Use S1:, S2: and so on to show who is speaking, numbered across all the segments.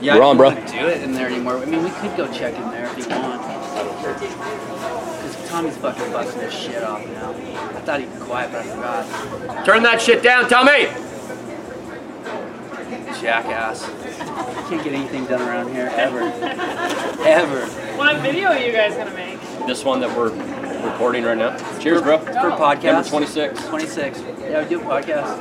S1: Yeah,
S2: We're
S1: I don't
S2: on, bro.
S1: wanna do it in there anymore. I mean, we could go check in there if you want. Because Tommy's fucking busting his shit off now. I thought he'd be quiet, but I forgot.
S2: Turn that shit down, Tommy!
S1: Jackass. Can't get anything done around here ever. ever.
S3: What video are you guys gonna make?
S2: This one that we're recording right now. Cheers, bro.
S1: For podcast.
S2: Number 26.
S1: 26. Yeah, we do a podcast.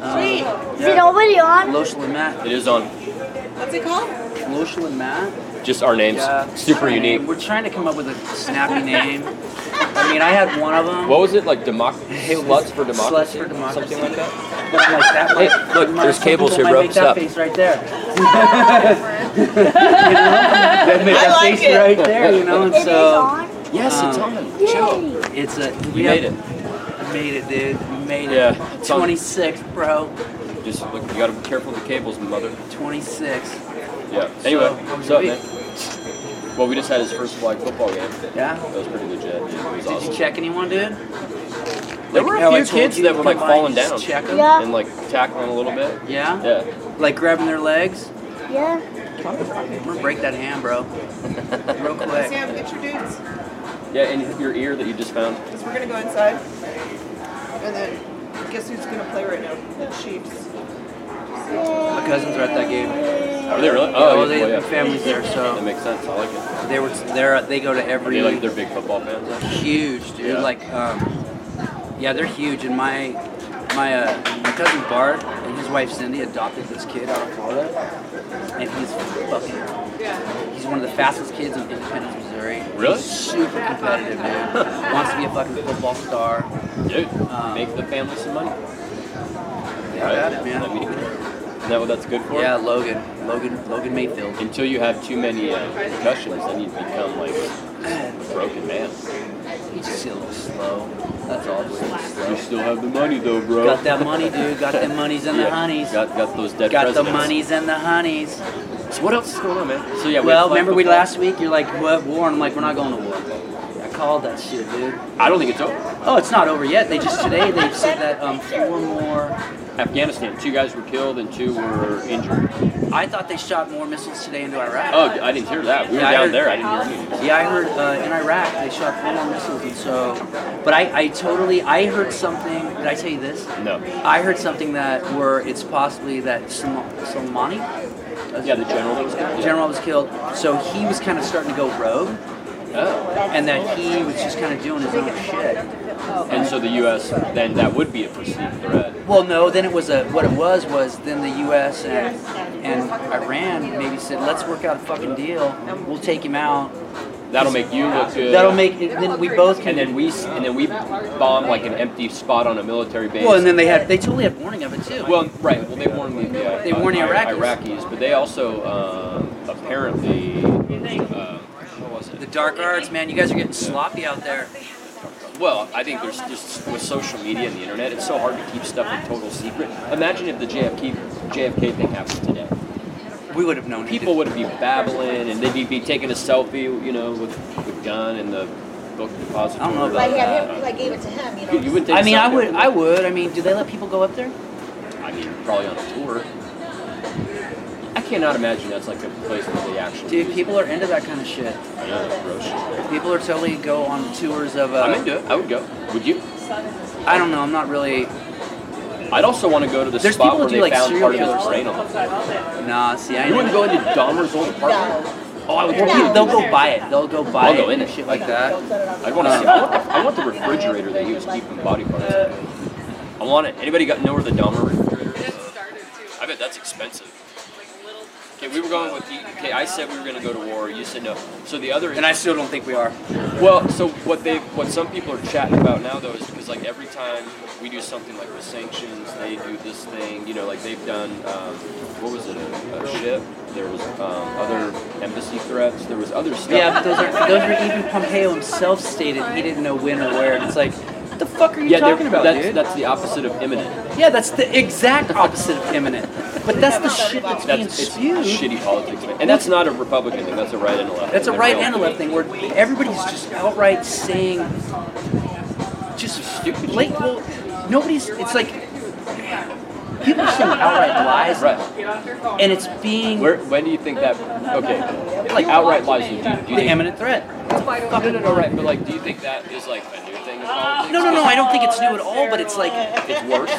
S1: Um,
S4: Sweet.
S1: yeah.
S4: Is it already on?
S1: Loshel and Matt.
S2: It is on
S3: What's it called?
S1: Loshel and Matt.
S2: just our names.
S1: Yeah.
S2: Super unique.
S1: We're trying to come up with a snappy name. I mean, I had one of them.
S2: What was it like? Democ-
S1: It was
S2: sluts for
S1: Sluts
S2: democracy?
S1: for democracy.
S2: Something like that.
S1: Like that
S2: Hey,
S1: one.
S2: look,
S1: You might-
S2: there's
S1: some
S2: cables
S1: people
S2: here,
S1: might
S2: bro.
S1: Make that
S2: Stop.
S1: face right there. They make
S3: I
S1: that
S3: like
S1: face
S3: it.
S1: right there, you know. And
S4: It is
S1: so
S4: on?
S2: Yes, it's
S1: Um,
S2: on.
S4: Yay!
S1: it's a we
S2: We made it.
S1: I made it, dude. We made it.
S2: Yeah, it's on.
S1: 26, bro.
S2: Just look, you gotta be careful with the cables, mother.
S1: 26.
S2: Yeah. Anyway,
S1: how was
S2: what's
S1: your
S2: up,
S1: week?
S2: man? Well, we just had his first flag football game.
S1: Yeah.
S2: That was pretty legit. dude. It was
S1: Did you
S2: awesome.
S1: check anyone, dude?
S2: There
S1: Like
S2: were
S1: how
S2: a
S1: I
S2: few
S1: told
S2: kids
S1: you,
S2: that were like
S1: come by
S2: falling
S1: and just
S2: down
S1: Check 'em?
S4: Yeah.
S2: and like tackling a little bit.
S1: Yeah?
S2: Yeah.
S1: Like grabbing their legs.
S4: Yeah.
S1: I'm gonna break that hand, bro. Real quick.
S3: Sam, get your dudes,
S2: Yeah, and your ear that you just found.
S3: because we're gonna go inside. And then, guess who's gonna play right now? The Chiefs.
S1: My cousins are at that game.
S2: Are they really?
S1: Oh,
S2: Oh,
S1: they,
S2: yeah.
S1: their
S2: well, yeah.
S1: families there,
S2: That
S1: so
S2: makes sense. I like it.
S1: they were they're they go to
S2: Are
S1: every
S2: they like they're big football fans?
S1: huge, dude.
S2: Yeah.
S1: Like, um, yeah, they're huge. And my my uh, my cousin Bart and his wife Cindy adopted this kid out of Florida, and he's fucking. He's one of the fastest kids in Independence, Missouri.
S2: Really?
S1: He's super competitive, dude. Wants to be a fucking football star.
S2: Dude,
S1: Um,
S2: make the family some money.
S1: Yeah, got
S2: right?
S1: it,
S2: Isn't that
S1: man.
S2: meaningful? Isn't that what that's good for?
S1: Yeah, Logan, Logan, Logan Mayfield.
S2: Until you have too many uh, concussions, then you become like a broken man.
S1: He's just a little slow. That's all. Just a little slow.
S2: You still have the money though, bro.
S1: Got that money, dude. Got the monies and the
S2: Yeah,
S1: honeys. Got,
S2: Got, got those dead
S1: the
S2: presidents.
S1: monies and the honeys.
S2: So what else is going on, man? So yeah, we
S1: well,
S2: have flag
S1: remember we
S2: football.
S1: last week? You're like, what war? And I'm like, we're not going to war. I called that shit, dude.
S2: I don't think it's over.
S1: Oh, it's not over yet. They just today they said that um, four more.
S2: Afghanistan, two guys were killed and two were injured.
S1: I thought they shot more missiles today into Iraq.
S2: Oh, I didn't hear that. We were
S1: Yeah, I
S2: down
S1: heard-
S2: there. I didn't hear anything.
S1: Yeah, I heard uh, in Iraq they shot four more missiles, and so. But I, I totally I heard something. Did I tell you this?
S2: No.
S1: I heard something that were it's possibly that Sol- Soleimani.
S2: Yeah, the general that was killed.
S1: The
S2: Yeah.
S1: general was killed, so he was kind of starting to go rogue,
S2: Oh.
S1: and that he was just kind of doing his own shit.
S2: And so the U.S. then that would be a perceived threat.
S1: Well, no. Then it was a what it was was then the U.S. and and Iran maybe said let's work out a fucking deal. We'll take him out.
S2: That'll make you look good.
S1: That'll make then we both can.
S2: And then we s- and then we bomb like an empty spot on a military base.
S1: well, and then they had they totally had warning of it too.
S2: Well, right. Well, they warned the uh,
S1: They warned the
S2: uh,
S1: Iraqis.
S2: Iraqis, but they also um, apparently. Uh, what was
S1: the
S2: it?
S1: dark arts, man. You guys are getting sloppy out there.
S2: Well, I think there's just with social media and the internet, it's so hard to keep stuff in total secret. Imagine if the JFK JFK thing happened today.
S1: We would have known.
S2: People would be babbling and they'd be, be taking a selfie, you know, with with gun and the book depository.
S1: I
S2: Uh,
S1: don't know
S5: If I
S1: about
S5: had
S1: that.
S5: him, if I gave it to him, you know.
S2: You, you would. Take
S1: I mean, I
S2: selfie.
S1: would. I would. I mean, do they let people go up there?
S2: I mean, probably on a tour. I cannot imagine that's like a place where they actually.
S1: Dude, people are into that kind of shit.
S2: I know, that's gross.
S1: People are totally go on tours of. Uh,
S2: I'm into it. I would go. Would you?
S1: I don't know. I'm not really.
S2: I'd also want to go to the
S1: There's
S2: spot
S1: people
S2: where
S1: who
S2: they
S1: do, like,
S2: found
S1: serial
S2: part of his
S1: killers.
S2: brain on.
S1: Nah, see, I.
S2: You wouldn't go into Dahmer's old apartment. Oh, I would.
S1: Well, people- they'll go buy it. They'll go buy
S2: I'll go
S1: it
S2: in
S1: and
S2: it.
S1: shit like that.
S2: I'd want to see. I want, the, I want the refrigerator that he was keeping body parts. in. I want it. Anybody got know where the Dahmer refrigerator is? I bet that's expensive. Okay, we were going with. The, okay, I said we were going to go to war. You said no. So the other.
S1: And I still don't think we are.
S2: Well, so what they what some people are chatting about now though is because like every time we do something like with sanctions, they do this thing. You know, like they've done um, what was it a, a ship? There was um, other embassy threats. There was other stuff.
S1: Yeah, but those are those are even Pompeo himself stated he didn't know when or where. And it's like, what the fuck are you
S2: Yeah, they're-
S1: talking about,
S2: that's,
S1: dude?
S2: that's the opposite of imminent.
S1: yeah, that's the exact opposite of imminent. But that's the shit that's, being
S2: That's it's
S1: spewed.
S2: shitty politics, man. and that's not a Republican thing. That's a right and a left.
S1: That's a
S2: thing.
S1: right
S2: They're
S1: and a
S2: all-
S1: left thing where everybody's just outright saying just
S2: Stupid.
S1: like well nobody's it's like People are saying outright lies,
S2: Right.
S1: and it's being
S2: Where? When do you think that? Okay. Like outright lies. Do you, do you
S1: the
S2: think-
S1: imminent threat.
S2: No, no, no, right. But like, do you think that is like a new thing? in politics?
S1: Uh, No, no, no. I don't think it's new at all, but it's like
S2: It's worse.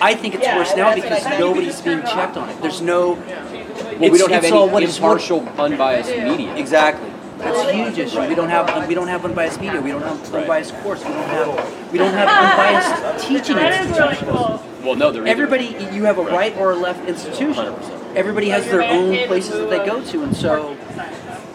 S1: I think it's
S3: Yeah,
S1: worse now
S3: that's what
S1: because
S3: I think.
S1: nobody's being checked on it. There's no
S2: Well,
S1: It's-
S2: we don't have
S1: it's
S2: any
S1: all what it's worth.
S2: impartial, unbiased media.
S1: exactly. That's a huge issue. We don't have we don't have unbiased media. We don't have unbiased course. We don't have we don't have unbiased teaching institutions.
S2: Well, no, they're either-
S1: Everybody, you have a right or a left institution. Everybody has their own places that they go to, and so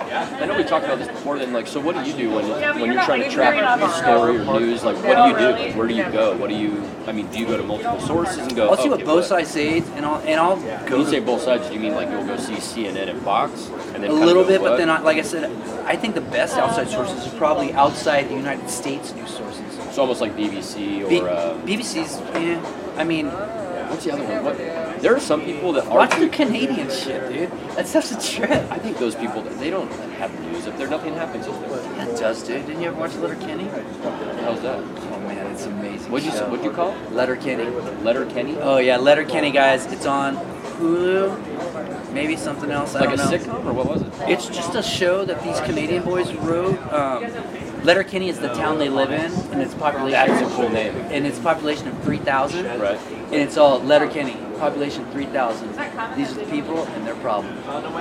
S2: I know we talked about this before. Then, like, so what do you do when
S4: Yeah, but
S2: when
S4: you're
S2: you're
S4: not
S2: trying to
S4: really
S2: track
S4: very
S2: a news story or news? Like, what do you do? Like, where do you
S4: Yeah.
S2: go? What do you? I mean, do you go to multiple sources and go? "Oh,
S1: I'll see
S2: okay,
S1: what both sides say, and I'll and I'll
S2: When
S1: go
S2: you say
S1: to
S2: both sides, do you mean like you'll go see CNN and Fox, and then
S1: a
S2: kinda
S1: little
S2: go,
S1: bit, but
S2: what?
S1: then I, like I said, I think the best outside sources are probably outside the United States news sources.
S2: it's almost like BBC
S1: B-
S2: or. um
S1: BBC's, yeah. I mean,
S2: What's the other one? What? There are some people that are.
S1: watch the Canadian shit, dude. That stuff's a trip.
S2: I think those people that they don't have news. If there nothing happens, if there,
S1: That does, dude. Didn't you ever watch Letter Kenny?
S2: how's that?
S1: Oh man, it's amazing.
S2: What'd you s-
S1: show.
S2: what'd you call it?
S1: Letter Kenny?
S2: Letter Kenny.
S1: Oh yeah, Letter Kenny guys. It's on Hulu. Maybe something else. I
S2: like a
S1: don't know.
S2: sitcom or what was it?
S1: It's just a show that these Canadian boys wrote. Um, Letterkenny is the town they live in, and its population.
S2: That is a cool name.
S1: And its population of three thousand.
S2: Right.
S1: And it's all Letterkenny, population three thousand. These are the people and their problem.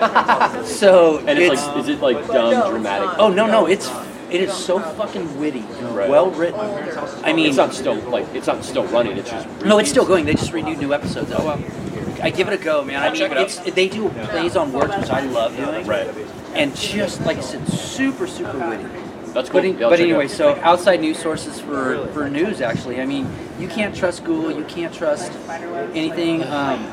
S1: so
S2: And it's, like, is it like dumb,
S3: No, it's
S2: dramatic?
S3: not.
S1: oh no no it's it is so fucking witty and
S2: Right.
S1: well written. I mean
S2: it's not still like it's not still running. It's just
S1: no, it's still going. They just renewed new episodes. Oh, wow. I give it a go, man. I
S2: I'll
S1: mean,
S2: check it out.
S1: it's, they do plays on words, which I love doing.
S2: Right.
S1: And just like I said, super, super witty.
S2: that's cool.
S1: But, in-
S2: Yeah, I'll
S1: but
S2: check it
S1: anyway,
S2: out.
S1: so outside news sources for, for news, actually. I mean, you can't trust Google. You can't trust anything. Um,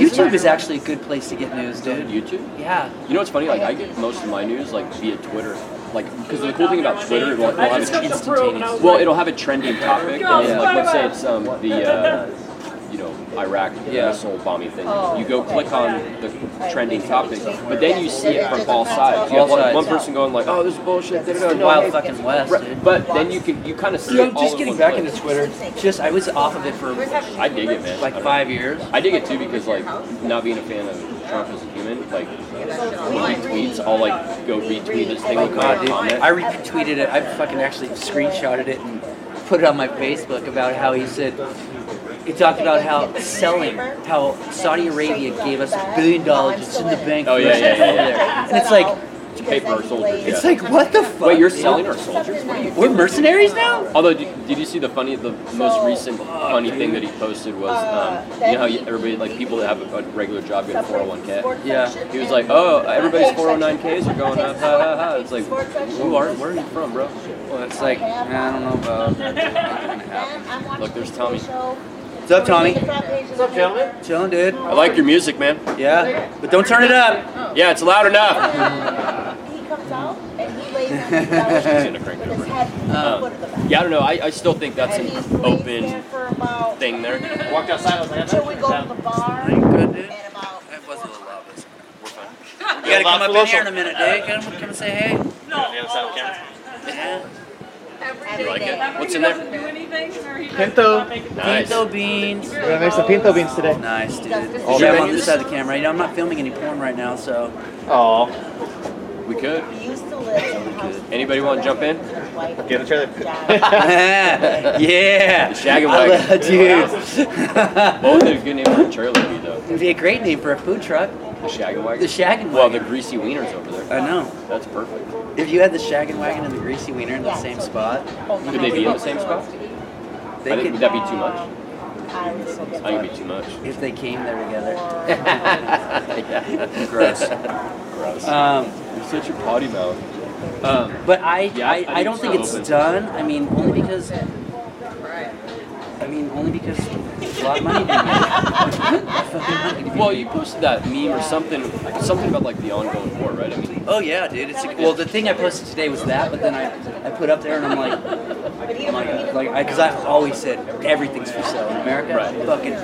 S1: YouTube is actually a good place to get news, dude.
S2: YouTube.
S1: Yeah.
S2: You know what's funny? Like I get most of my news like via Twitter. Like because the cool thing about Twitter, it will it'll have a tr-
S1: instantaneous.
S2: well, it'll have a trending topic. And,
S4: Yeah.
S2: Like let's say it's um, the uh, you know Iraq
S1: Yeah.
S2: missile bombing thing. You go click on the trending topic, but then you see it from all sides. You
S1: All
S2: have one,
S1: sides.
S2: one person going like, "Oh, this is bullshit." da, da, da,
S1: The
S2: no,
S1: wild
S2: hey,
S1: fucking west,
S2: Right,
S1: dude.
S2: But then you can you kind of see it
S1: Dude,
S2: all
S1: just
S2: in
S1: getting
S2: one
S1: back
S2: place.
S1: into Twitter. Just I was off of it for
S2: I dig it, man. I
S1: like
S2: don't-
S1: five years.
S2: I dig it too because like not being a fan of Trump as a human, like when he tweets, I'll like go retweet his thing
S1: Oh
S2: with my
S1: god,
S2: own
S1: dude!
S2: comment.
S1: I retweeted it. I fucking actually screenshotted it and put it on my Facebook about how he said he talked about how selling, how Saudi Arabia gave us a billion dollars. It's in the bank.
S2: Oh,
S1: for
S2: yeah,
S1: us to
S2: yeah, yeah,
S1: hold there.
S2: yeah.
S1: And it's like,
S2: To pay for our soldiers.
S1: it's
S2: yeah.
S1: like what the fuck?
S2: wait, you're
S1: dude?
S2: selling our soldiers? What are you?
S1: We're mercenaries now.
S2: Although, did, did you see the funny, the most recent funny thing that he posted was,
S5: uh,
S2: um, you know how you, everybody, like people that have a, a regular job get a 401k.
S1: Yeah.
S2: He was like, "Oh, everybody's 409ks are going up." Ha, ha, ha. It's like, who are? Where are you from, bro?
S1: Well, it's like I don't know about.
S2: Look, there's Tommy.
S1: What's up, Tommy?
S5: What's up, gentlemen?
S1: Chilling, dude.
S2: I like your music, man.
S1: Yeah, but don't turn it up.
S5: Oh.
S2: Yeah, it's loud enough.
S5: He comes out and he lays on the couch
S2: gonna crank it
S5: with
S2: over. Um,
S5: his head in the foot of the bed.
S2: Yeah, I don't know. I, I still think that's
S5: And he's
S2: an
S5: laid there
S2: open
S5: for about
S2: thing there.
S5: Till Walked
S6: outside, I was like, I'm
S5: we
S6: not
S5: go to the bar
S1: Oh, Good, dude.
S5: and about. four-
S1: You gotta come up in here in a minute, dude. Come, come say hey. Yeah.
S5: Every
S2: like
S5: day.
S2: it? What's in
S4: He
S2: there?
S4: doesn't do anything, or he doesn't
S6: Pinto.
S4: not make it-
S2: Nice.
S1: Pinto beans.
S6: We're gonna make some pinto beans today.
S1: Nice, dude.
S5: All
S1: yeah, I'm
S2: the
S1: on this
S2: venues?
S1: side of the camera. You know, I'm not filming any porn right now, so.
S6: Oh,
S2: We could.
S5: He used to live in the house.
S2: Anybody want to jump in?
S6: get each other.
S5: Dad.
S1: yeah.
S2: The Shag and
S1: I
S2: Wagon.
S1: love- dude.
S2: What would a good name for a trailer be though?
S1: It'd be a great name for a food truck.
S2: The Shag and Wagon.
S1: The Shag and
S2: Well,
S1: Wagon.
S2: the greasy wieners over there.
S1: I know.
S2: That's perfect.
S1: If you had the Shag and Wagon and the Greasy Wiener in the same spot,
S2: Could they be in the same spot?
S1: they
S2: I think, would
S1: could.
S2: that be too much?
S5: Um, I was
S2: I think it'd be too much.
S1: If they came there together.
S2: yeah.
S1: Gross.
S2: Gross.
S1: Um,
S2: You're such a potty mouth. Um,
S1: but I,
S2: Yeah,
S1: I,
S2: I
S1: I
S2: think
S1: don't
S2: so,
S1: think it's
S2: but-
S1: done. I mean, only because. I mean, only because it's a lot of money. to be made. Fucking money to be
S2: well, you posted that meme or something, something about like the ongoing war, right? I mean,
S1: Oh yeah, dude. It's well, the thing I posted today was that, but then I, I put up there and I'm like, I'm like, uh, like, I, because I always said everything's for sale in America.
S2: Right.
S1: Fucking,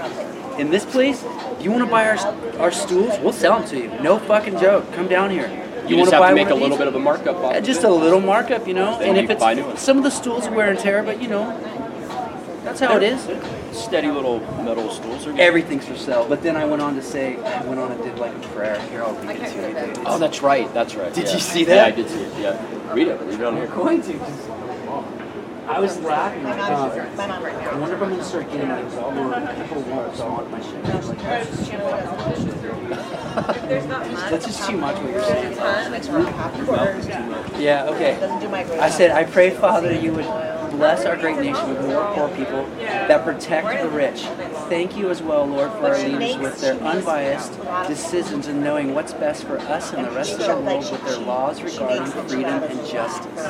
S1: in this place, you want to buy our our stools, we'll sell them to you. No fucking joke. Come down here.
S2: you,
S1: wanna
S2: just have
S1: buy
S2: to make a
S1: one of
S2: little
S1: these?
S2: bit of a markup off
S1: Yeah,
S2: of
S1: just
S2: it.
S1: a little markup, you know.
S2: Then
S1: and
S2: you
S1: if
S2: buy new
S1: it's
S2: ones.
S1: some of the stools are wear and tear, but you know, That's how it
S2: They're-
S1: is.
S2: they're Steady little metal stools. They're good.
S1: Everything's for sale. But then I went on to say, I went on and did like a prayer. Here, I'll read it to you. dude.
S2: Oh, that's right. That's right.
S1: Did
S2: yeah.
S1: you see
S2: Yeah,
S1: that?
S2: I did see it. Yeah. Read it. Read it on here.
S1: going to. just- I was laughing.
S5: My
S1: Like,
S5: mom's,
S1: oh,
S5: my mom right
S1: I
S5: now.
S1: wonder if I'm gonna start getting like more people want to on my shit. Like, that's just- that's just too much what you're saying. Yeah. Okay.
S5: Doesn't do my.
S1: I said, I pray, Father, you would bless our great nation with more poor people that protect the rich. Thank you as well, Lord, for our leaders with their unbiased decisions and knowing what's best for us and the rest of the world with their laws regarding freedom and justice.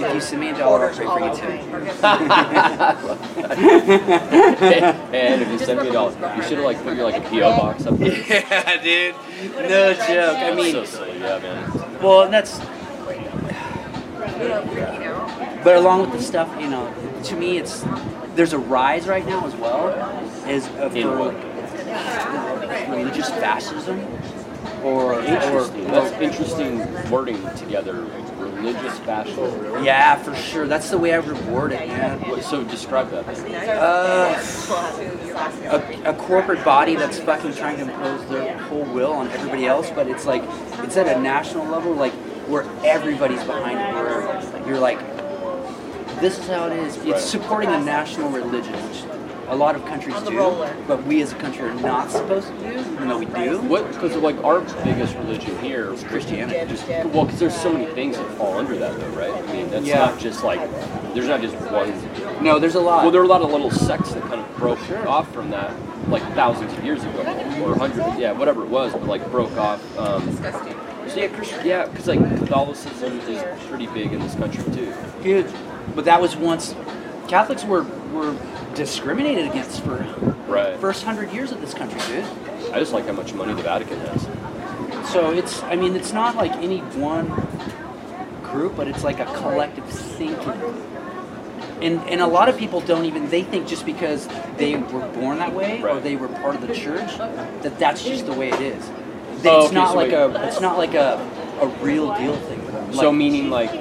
S1: If you send me a dollar, I'll pray for you too.
S2: and if you send me a dollar, you should have like put your like a PO box up there.
S1: Yeah, dude. No joke. I
S2: so
S1: mean,
S2: silly. Yeah, man.
S1: well, and that's. But along with the stuff, you know, to me, it's there's a rise right now as well as of uh,
S2: In what?
S1: religious fascism or or
S2: Interesting. That's interesting wording together. Religious fashion.
S1: yeah, for sure. That's the way I would word it, man.
S2: What, so describe that. man.
S1: Uh, a, a corporate body that's fucking trying to impose their whole will on everybody else, but it's like it's at a national level, like where everybody's behind it. Where you're like, this is how it is.
S2: Right.
S1: It's supporting a national religion, which a lot of countries
S5: On the
S1: do,
S5: roller.
S1: but we as a country are not supposed to do, even though we do.
S2: What? Because like our biggest religion here is
S1: Christianity.
S2: Just well, because there's so many things that fall under that, though, right? I mean, that's
S1: Yeah.
S2: not just like there's not just one
S1: No, there's a lot.
S2: Well, there were a lot of little sects that kind of broke off from that, like thousands of years ago, or hundreds, yeah, whatever it was, but like broke off. Um, so yeah, Christian, yeah, because like Catholicism is pretty big in this country too.
S1: Huge. But that was once Catholics were were discriminated against for
S2: Right.
S1: first hundred years of this country, dude.
S2: I just like how much money the Vatican has.
S1: So it's I mean it's not like any one group, but it's like a collective thinking. And, and a lot of people don't even they think just because they were born that way or
S2: Right.
S1: they were part of the church that that's just the way it is. It's
S2: Oh, okay,
S1: not
S2: so
S1: like
S2: wait.
S1: a it's not like a, a real deal thing.
S2: So
S1: Like-
S2: meaning like,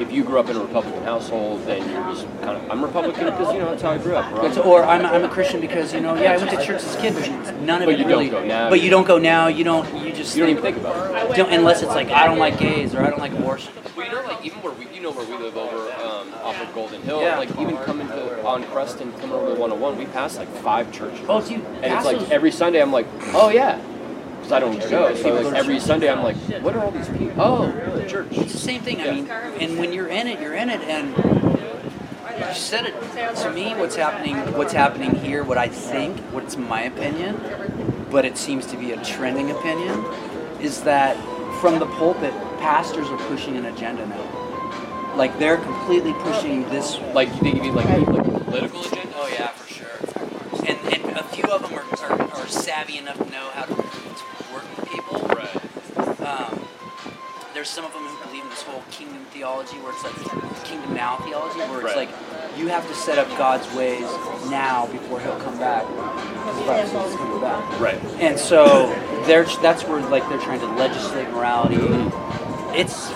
S2: if you grew up in a Republican household, then you're just kind of I'm Republican because you know that's how I grew up. Right?
S1: That's, or I'm, I'm a Christian because you know yeah I went to church as a kid but none of
S2: But
S1: it
S2: you don't
S1: really
S2: go now.
S1: but you don't go now you don't you just
S2: you don't even think about it.
S1: don't, unless it's like I don't like gays or I don't like abortion
S2: Well, you know, like even where we, you know, where we live over um, off of Golden Hill,
S1: Yeah.
S2: like even coming to on Creston, coming over to 101, we pass like five churches.
S1: oh dude
S2: And it's
S1: Castle's-
S2: like every Sunday I'm like, oh yeah, because I don't go. So like every Sunday I'm like, what are all these people? Oh, the church.
S1: it's the same thing I
S2: Yeah.
S1: mean and when you're in it you're in it and you said it to me what's happening what's happening here what I think what's my opinion but it seems to be a trending opinion is that from the pulpit pastors are pushing an agenda now like they're completely pushing this
S2: Like you think you mean like, like a political agenda?
S1: Oh yeah, for sure. And, and a few of them are, are, are savvy enough to know how to, to work with people.
S2: Right.
S1: Um, there's some of them who believe in this whole kingdom theology, where it's like kingdom now theology, where it's
S2: Right.
S1: like you have to set up God's ways now before He'll come back. 'cause the Bible says He's coming back.
S2: Right.
S1: And so they're that's where like they're trying to legislate morality. It's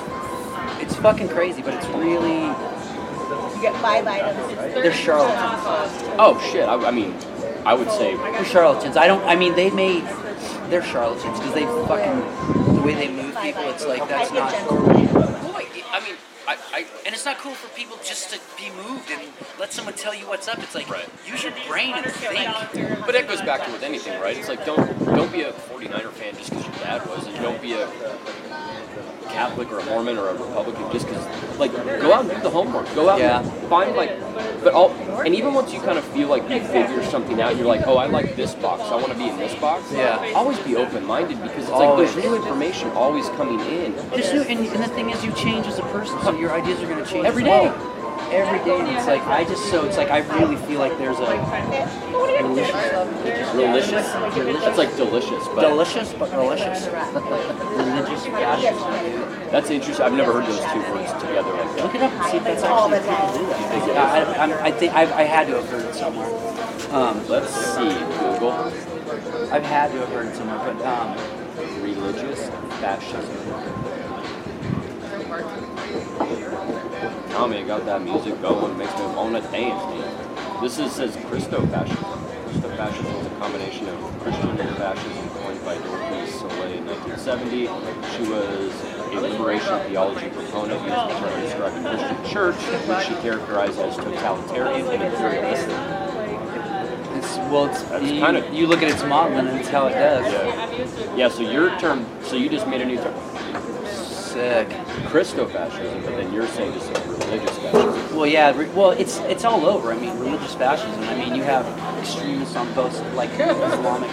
S1: it's fucking crazy, but it's really
S5: You get five items.
S1: they're charlatans.
S2: Oh shit. I, I mean, I would say
S1: They're charlatans. I don't. I mean, they may. They're charlatans because they fucking the way they move people. It's like that's not. Boy, I mean, I, I, and it's not cool for people just to be moved and let someone tell you what's up. It's like
S2: Right.
S1: use your brain and think.
S2: But that goes back to with anything, right? It's like don't don't be a 49er fan just because your dad was, and don't be a Catholic or a Mormon or a Republican just because. Like, go out and do the homework. Go out
S1: Yeah.
S2: and find like, but all and even once you kind of feel like you figure something out, you're like, oh, I like this box. I want to be in this box.
S1: Yeah.
S2: Always be open minded because it's
S1: Always.
S2: like there's new information always coming in.
S1: There's no, and, and the thing is, you change as a person, so your ideas are gonna change
S2: Every
S1: as well.
S2: day.
S1: Every day, and it's like I just so it's like I really feel like there's a
S2: Delicious. That's like delicious, but
S1: delicious but delicious religious fascism.
S2: that's interesting. I've never heard those two words together like that.
S1: Look it up and see if that's actually people do that. I, I, I'm- I think I've, I had to have heard it somewhere. Um,
S2: Let's see. Google.
S1: I've had to have heard it somewhere, but um,
S2: Religious fascism. Tommy got that music going, makes me wanna dance, man. This is says Christo fascism. Christo fascism is a combination of Christian fascism coined by Dorothy Soleil in 1970. She was a liberation theology proponent used the term to describe the Christian church, which she characterized as totalitarian and imperialistic.
S1: It's well, it's
S2: That's
S1: you,
S2: kind of-
S1: you look at its model and it's how it does.
S2: Yeah. yeah, so your term, so you just made a new term,
S1: Sick.
S2: Christo fascism, but then you're saying just like religious fascism.
S1: Well, yeah. Re- well, it's it's all over. I mean, religious fascism. I mean, you have extremists on both, like Islamic.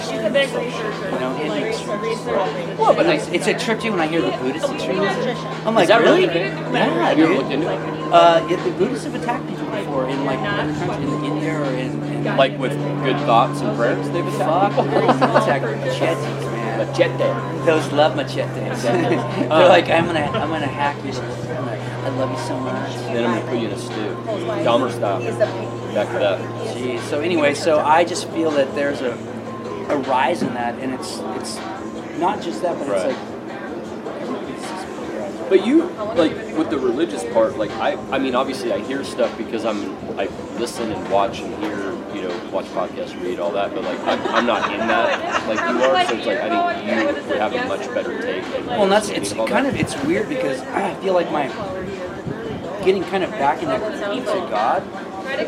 S4: She's a big researcher.
S1: You know,
S4: Like,
S1: Hindu
S4: a researcher.
S1: Well, but it's, it's a trip too when I hear the Buddhist extremism. I'm like,
S2: that
S1: really?
S2: really?
S1: Yeah,
S2: Have you ever looked
S1: dude.
S2: into it?
S1: Uh, yeah, the Buddhists have attacked people before in like other countries, in India or in, in
S2: Like with good thoughts and prayers, they've
S1: fuck.
S2: attacked people.
S1: Buddhists have attacked machetes, man.
S2: Machete.
S1: Those love machetes. They're like, I'm gonna I'm gonna hack you. I'm like, I love you so much.
S2: Then I'm gonna put you in a stew. Dahmer
S5: He's
S2: style.
S5: a pig.
S2: Back to that.
S1: Jeez. So anyway, so I just feel that there's a a rise in that, and it's it's not just that, but
S2: Right.
S1: it's like everybody's just polarized.
S2: But you like with the religious part, like I, I mean, obviously I hear stuff because I'm I listen and watch and hear, you know, watch podcasts, read all that. But like I'm, I'm not in that like you are, so it's like I think you would have a much better take. and
S1: Well, and that's it's
S2: understanding all
S1: kind
S2: that.
S1: of it's weird because I feel like my getting kind of back in that deep to God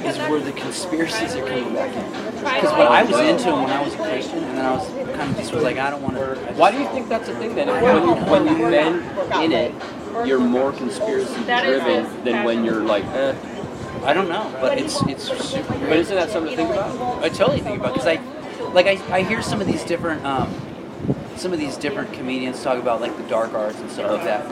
S1: is where the conspiracies are coming back in. Because what I was into when I was a Christian, and then I was kind of just was like, I don't want to.
S2: Why do you think that's a thing then? When you when you've been in it, you're more conspiracy
S4: That is
S2: driven than when you're like, eh.
S1: I don't know, but it's it's super. Weird.
S2: But isn't that something to think about?
S1: I totally think about because I, like I, I hear some of these different, um, some of these different comedians talk about like the dark arts and stuff like that,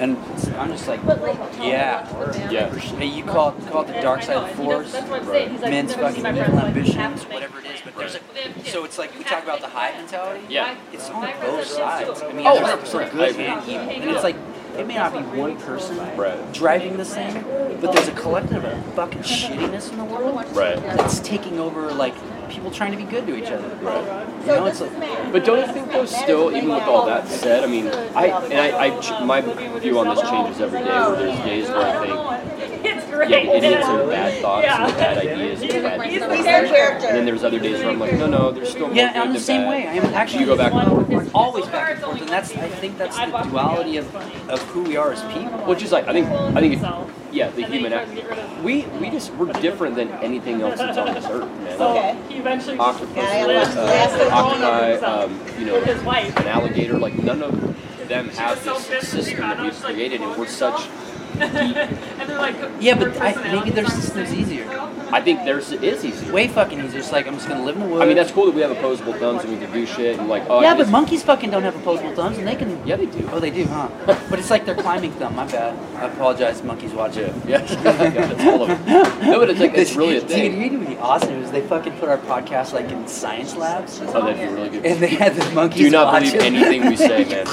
S1: and I'm just like,
S5: But like,
S1: yeah,
S2: Yeah.
S1: Hey, you call it, call it the dark side of force,
S4: That's what I'm saying. He's like,
S1: men's
S4: "Never
S1: fucking
S4: seen my
S1: evil
S4: friends, like,
S1: ambitions,
S4: half the
S1: whatever it is. But there's a,
S4: Right.
S1: so it's like we talk about the high mentality.
S2: Yeah.
S1: It's on both sides. I mean,
S2: Oh,
S1: there's some
S2: 100%.
S1: good
S2: I
S1: and
S2: agree.
S1: evil, and it's like it may not be one person
S2: Right.
S1: driving this thing, but there's a collective of fucking shittiness in the world
S2: Right.
S1: that's taking over like people trying to be good to each other.
S2: Right.
S1: You
S5: So
S1: know,
S5: this
S1: it's
S5: is
S1: like
S5: man.
S2: But don't you think though still, even with all that said, I mean, I and I, I ch- my view on this changes every day. Where there's days where I think,
S4: It's great.
S2: yeah, idiots and bad thoughts and bad ideas and bad.
S5: He's
S2: And
S5: the character.
S2: then there's other days where I'm like, no, no, there's still more good
S1: yeah, I'm
S2: than
S1: the same
S2: bad.
S1: way. I am actually
S2: You go back and forth.
S1: I'm always back and forth, and that's I think that's the duality of, of who we are as people.
S2: Which is like, I think, I think, it, yeah, the human. act- We we just we're different than anything else that's on this earth, man.
S5: Okay.
S4: He eventually
S2: Octopus,
S5: Yeah, I
S2: lives,
S5: love that.
S2: uh,
S5: That's
S2: octopi,
S4: the one
S2: um, you um, know,
S4: with his wife.
S2: an alligator. Like none of them have this system that we've created, and we're such.
S4: and they're like,
S1: Yeah, but I, maybe their system's easier.
S2: I think theirs is easier.
S1: Way fucking easier. It's like I'm just gonna live in the woods.
S2: I mean, that's cool that we have opposable thumbs and we can do shit and like. Oh, I
S1: yeah, but
S2: just-
S1: monkeys fucking don't have opposable thumbs, and they can.
S2: Yeah, they do.
S1: Oh, they do, huh? but it's like their climbing thumb. My bad. I apologize, monkeys watch it.
S2: Yeah, yeah, that's all of them. No, but it's like it's really a
S1: Dude,
S2: thing.
S1: you know what would be awesome is they fucking put our podcast like in science labs,
S2: Oh, that'd be really good.
S1: and they had the monkeys.
S2: Do not
S1: watch
S2: believe
S1: it.
S2: anything we say, man.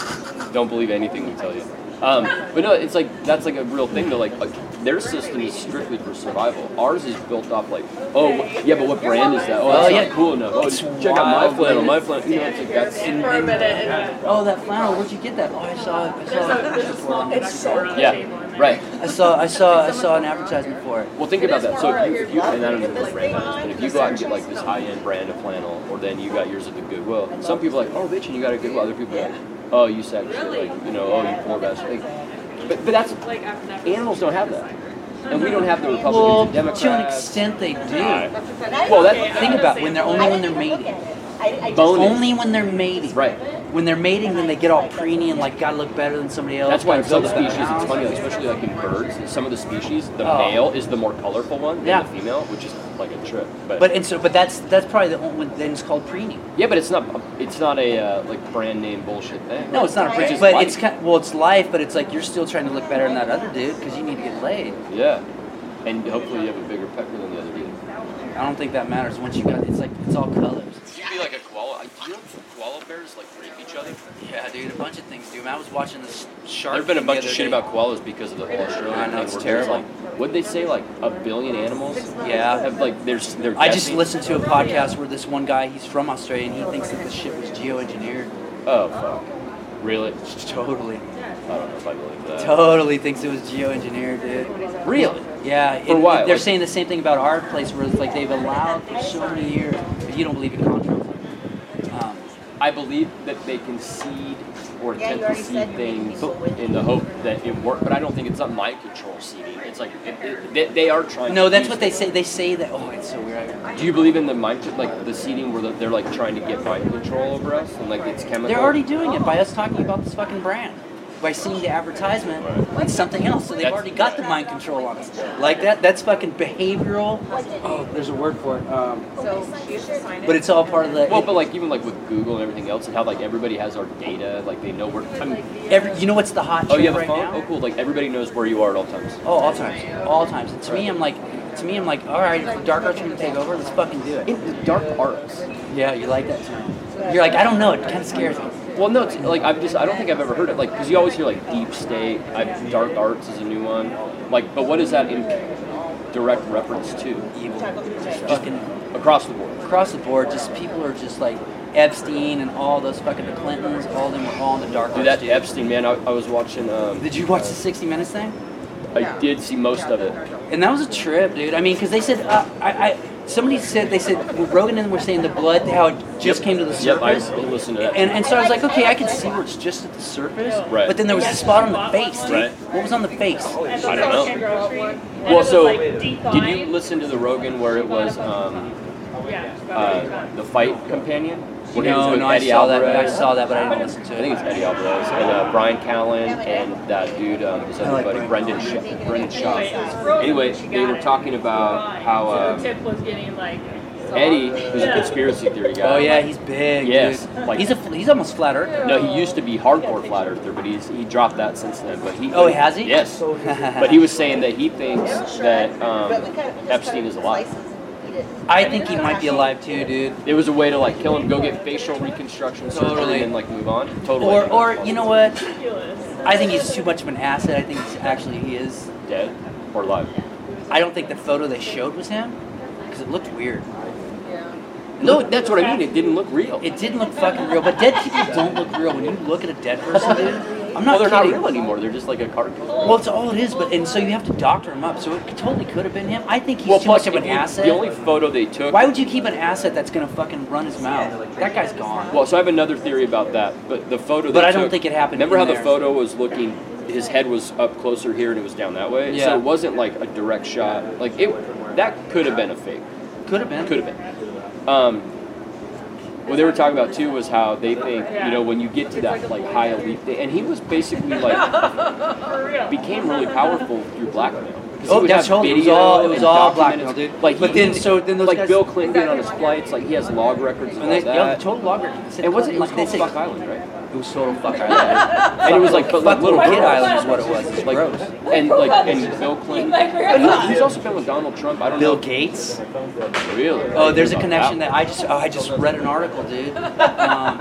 S2: Don't believe anything we tell you. Um, but no, it's like that's like a real thing. Though, like, like their system is strictly for survival. Ours is built off like, oh wh- yeah, but what brand is that? Oh, that's
S1: Oh,
S2: not
S1: yeah.
S2: cool enough. Oh,
S1: It's
S2: check out my
S1: wild,
S2: flannel,
S1: man.
S2: my flannel. You know, it's like that's
S4: for a minute. And,
S1: Oh, that flannel. Where'd you get that? Oh, I saw. I
S4: there's, a,
S1: saw.
S4: there's a small next door on the table.
S2: yeah, right.
S1: I saw. I saw. I saw an advertisement for it.
S2: Well, think about that. So if you, if you and I don't know what brand that is, but if you go out and get like this high-end brand of flannel, or then you got yours at the Goodwill, some people are like, oh, bitch, and you got a Goodwill. Other people are like, oh, you sack shit, like you know, oh, you poor bastard. Like, but but that's
S4: Like after that.
S2: animals don't have that, and we don't have the Republicans
S1: Well,
S2: and
S1: to an
S2: Democrats.
S1: extent, they do.
S2: Right.
S5: Well,
S2: Well, that's
S1: Think about when they're only when they're mating.
S5: mating.
S2: Bone it.
S1: Only when they're mating.
S2: Right.
S1: When they're mating, then they get all preeny and like gotta look better than somebody else.
S2: That's why in some
S1: gotta build
S2: species
S1: a
S2: it's
S1: better
S2: funny, like,
S1: house.
S2: especially like in birds. Some of the species, the
S1: Oh.
S2: male is the more colorful one than
S1: Yeah.
S2: the female, which is like a trip. But,
S1: But and so, but that's that's probably the only then it's called preening.
S2: yeah, but it's not it's not a uh, like brand name bullshit thing.
S1: No, it's not a
S5: Which
S1: preening.
S2: is
S1: But
S2: life.
S1: it's kind well, it's life. But it's like you're still trying to look better than that other dude because you need to get laid.
S2: Yeah, and hopefully you have a bigger pecker than the other dude.
S1: I don't think that matters once you got. It's like it's all colors.
S2: Should be like a koala. You know, koala bears like rape each other.
S1: Yeah, dude, a bunch of things, dude. I was watching this shark.
S2: There've been a
S1: thing
S2: bunch
S1: the
S2: of
S1: other
S2: shit
S1: day.
S2: about koalas because of the whole Australian
S1: I know,
S2: thing
S1: it's
S2: where there's,
S1: terrible.
S2: Like, what'd they say? Like a billion animals.
S1: Yeah.
S2: Have like there's they're.
S1: I just
S2: guessing-
S1: listened to a podcast where this one guy, he's from Australia, and he thinks that this shit was geoengineered.
S2: Oh fuck. Really?
S1: Totally,
S2: I don't know if I believe that.
S1: totally thinks it was geoengineered, dude.
S2: Really?
S1: Yeah,
S2: For a while,
S1: They're
S2: like-
S1: saying the same thing about our place, where it's like they've allowed for so many years. If you don't believe in contracts, um,
S2: I believe that they concede or
S5: Yeah,
S2: attempt
S5: you
S2: to
S5: already
S2: cede
S5: said you're gonna be
S2: things
S5: so with
S2: in the hope that it worked, but I don't think it's something I control seeding. It's like it, it, they, they are trying.
S1: no,
S2: to
S1: that's
S2: use
S1: what they say. They say that. Oh, it's so weird. I-
S2: Do you believe in the mind, like the seeding where they're like trying to get mind control over us and like it's chemical?
S1: They're already doing it by us talking about this fucking brand. By seeing the advertisement, it's something else. So they've
S2: That's-
S1: already got the mind control on us. Like that. That's fucking behavioral. Oh, there's a word for it. Um,
S3: So you should sign it.
S1: but it's all part of the.
S2: Well, but like even like with Google and everything else, and how like everybody has our data, like they know where. I mean,
S1: every, you know what's the hot?
S2: oh, you
S1: trend
S2: have a
S1: right
S2: phone?
S1: now?
S2: Oh, cool. Like everybody knows where you are at all times.
S1: Oh, all times, all times. And to me, I'm like, to me, I'm like, all right, if dark arts are gonna take over, let's fucking do it.
S2: In the dark arts.
S1: Yeah, you like that term. You're like, I don't know, it kind of scares me.
S2: Well, no, it's, like I've just I don't think I've ever heard it. Like because you always hear like deep state, I've, dark arts is a new one. Like, but what is that in direct reference to?
S1: Evil, just fucking
S2: Across the board.
S1: across the board. Just people are just like Epstein and all those fucking the Clintons. All of them were all in the dark
S2: Dude,
S1: arts.
S2: that
S1: Dude.
S2: Epstein man, I, I was watching. Um,
S1: Did you watch the 60 Minutes thing?
S2: I did see most of it.
S1: And that was a trip, dude. I mean, because they said, uh, I, I, somebody said they said well, Rogan and were saying the blood, how it just came to the
S2: Yep, I
S1: surface.
S2: listened to that.
S1: And, and so I was like, okay, I can see where it's just at the surface.
S2: Right.
S1: But then there was a spot on the face. dude.
S2: Right.
S1: What was on the face?
S4: At
S2: I
S4: the
S2: don't know.
S4: grocery and it
S2: Well,
S4: was,
S2: so
S4: like,
S2: did you
S4: defined.
S2: listen to the Rogan where it was um,
S4: Yeah.
S2: uh, the fight companion? Where he was
S1: No,
S2: with
S1: no, I
S2: Eddie
S1: saw that. but I
S2: Alvarez?
S1: saw that, but I didn't listen
S2: I
S1: to
S2: think
S1: it.
S2: it's Eddie Alvarez and uh, Brian Callen and that dude, um, his
S1: I
S2: other
S1: like
S2: buddy, Brendan Sh- Brendan Shaw.
S4: Anyway, it was frozen,
S2: Anyway,
S4: she
S2: they
S4: got
S2: were
S4: it.
S2: talking about
S4: Fine.
S2: how uh,
S4: So her
S2: um,
S4: tip was getting like.
S2: Eddie, who's a
S4: Yeah.
S2: conspiracy theory guy.
S1: Oh yeah, he's big.
S2: Yes,
S1: dude.
S2: like-
S1: he's a he's almost flat earther.
S2: No, he used to be hardcore flat earther, but he's he dropped that since then. But he.
S1: Oh, he has he?
S2: Yes. But he was saying that he thinks that um, Epstein is alive.
S1: I think he might be alive too, dude.
S2: It was a way to like kill him, go get facial reconstruction surgery,
S1: Totally.
S2: and then like move on. Totally.
S1: Or or you know what?
S4: Ridiculous.
S1: I think he's too much of an asset. I think he's actually he is.
S2: Dead or alive.
S1: I don't think the photo they showed was him because it looked weird.
S2: No, that's what I mean. It didn't look real.
S1: It didn't look fucking real. But dead people don't look real. When you look at a dead person, dude, I'm
S2: well,
S1: not
S2: they're not
S1: kidding.
S2: real anymore. They're just like a cartoon.
S1: Well, it's all it is, but and so you have to doctor him up. So it totally could have been him. I think he's
S2: well,
S1: too much
S2: plus
S1: of an
S2: if you-
S1: asset.
S2: the only photo they took.
S1: Why would you keep an asset that's gonna fucking run his mouth? That guy's gone.
S2: Well, so I have another theory about that, but the photo.
S1: But
S2: they
S1: I don't
S2: took-
S1: think it happened
S2: Remember
S1: in
S2: how the
S1: there.
S2: photo was looking? His head was up closer here, and it was down that way.
S1: Yeah.
S2: So it wasn't like a direct shot. Like it, that could have been a fake.
S1: could have been.
S2: Could have been. Um, what they were talking about too was how they think you know when you get to that like high elite thing, and he was basically like
S4: For real.
S2: became really powerful through blackmail. 'Cause he
S1: Oh,
S2: would
S1: that's
S2: have
S1: totally- it was
S2: video
S1: all- it was
S2: and
S1: all
S2: documents.
S1: blackmail, dude.
S2: Like, he-
S1: But then, so then those
S2: like
S1: guys-
S2: Bill Clinton did on his flights, like he has log records and,
S1: And they,
S2: all
S1: yeah,
S2: that.
S1: the total logger. It,
S2: it wasn't it
S1: like
S2: was
S1: they
S2: called
S1: say.
S2: Fuck Island, right?
S1: It was total fuck island.
S2: and it was like but like
S1: fuck
S2: little
S1: little kid
S2: girls.
S1: island is what it was. It's
S2: like
S1: gross.
S2: and like and Bill Clinton. But he- he's also been with Donald Trump. I don't
S1: Bill
S2: know.
S1: Gates.
S2: Really?
S1: Oh, there's a
S2: About
S1: connection that I just oh, I just read an article, dude. Um,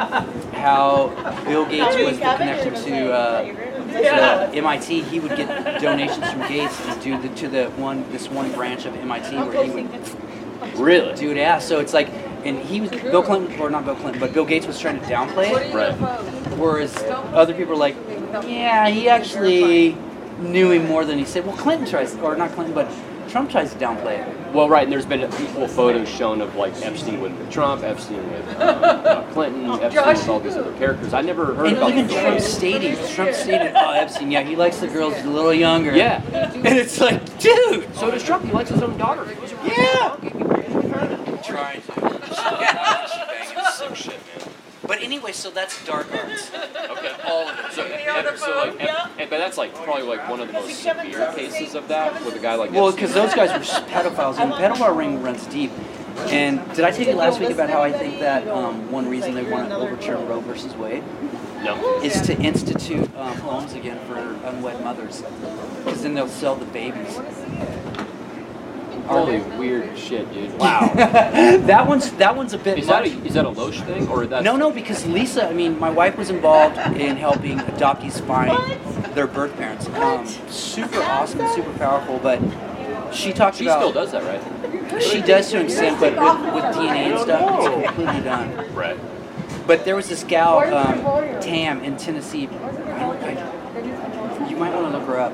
S1: how Bill Gates was the connection to. Uh,
S4: Yeah.
S1: to MIT, he would get donations from Gates to do the to the one this one branch of MIT where he would
S2: Really?
S1: Dude, yeah. So it's like, and he was Bill Clinton, or not Bill Clinton, but Bill Gates was trying to downplay
S2: Right.
S1: it, whereas other people are like, yeah, he actually knew him more than he said. Well, Clinton tries, or not Clinton, but Trump tries to downplay it.
S2: Well, right. And there's been equal photos shown of like Epstein with Trump, Epstein with uh, Clinton, Epstein with all these other characters. I never heard
S1: And
S2: about
S1: even
S2: these
S1: Trump
S2: guys.
S1: stated, Trump stated, oh, Epstein, yeah, he likes the girls a little younger.
S2: Yeah.
S1: And it's like, dude,
S2: So does Trump. He likes his own daughter. He was a-
S1: yeah.
S2: Trying to. shit,
S1: But anyway, so that's dark arts.
S2: man. Okay. All of it. So, so like, and, but that's like probably like one of the most severe cases of that with a guy like
S1: Well,
S2: Epstein.
S1: because those guys were s- pedophiles, and the pedophile ring runs deep. And did I tell you last week about how I think that um, one reason they want to overturn Roe versus Wade
S2: No.
S1: is to institute um, homes again for unwed mothers, because then they'll sell the babies.
S2: Holy weird shit, dude. Wow.
S1: that one's that one's a bit
S2: Is that
S1: much.
S2: a is that a Loesch thing or that?
S1: No, no, because Lisa, I mean, my wife was involved in helping adoptees find their birth parents. Um, super awesome, super powerful, but she talked
S2: She
S1: about
S2: still does that, right?
S1: She does to an extent, but with, with DNA and stuff, it's completely done.
S2: Right.
S1: But there was this gal, um, Tam, in Tennessee. I don't- I- you might want to look her up.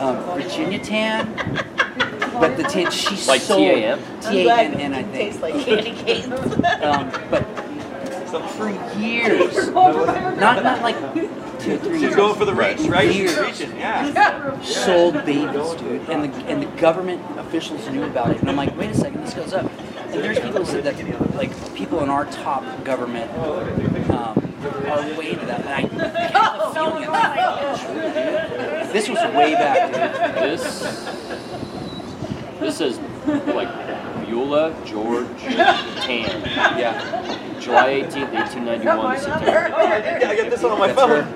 S1: Um, Virginia Tam. But the tin, she's
S2: Like
S1: so
S2: TAM?
S1: T-A-M-N, I
S5: Tastes
S1: think.
S5: like candy canes.
S1: Um, but for years, not not like two, three
S7: She's
S1: years.
S7: going for the reach, right? She's
S1: Years.
S7: reaching, yeah.
S1: sold babies, dude, and the and the government officials knew about it. And I'm like, wait a second, this goes up. And there's people who said that like people in our top government um, are way into that. And I have a feeling it's true, dude. This was way back,
S2: This this is like Beulah George Tan. Yeah. July eighteenth, eighteen ninety one September.
S7: Oh, I think I got this one on my phone.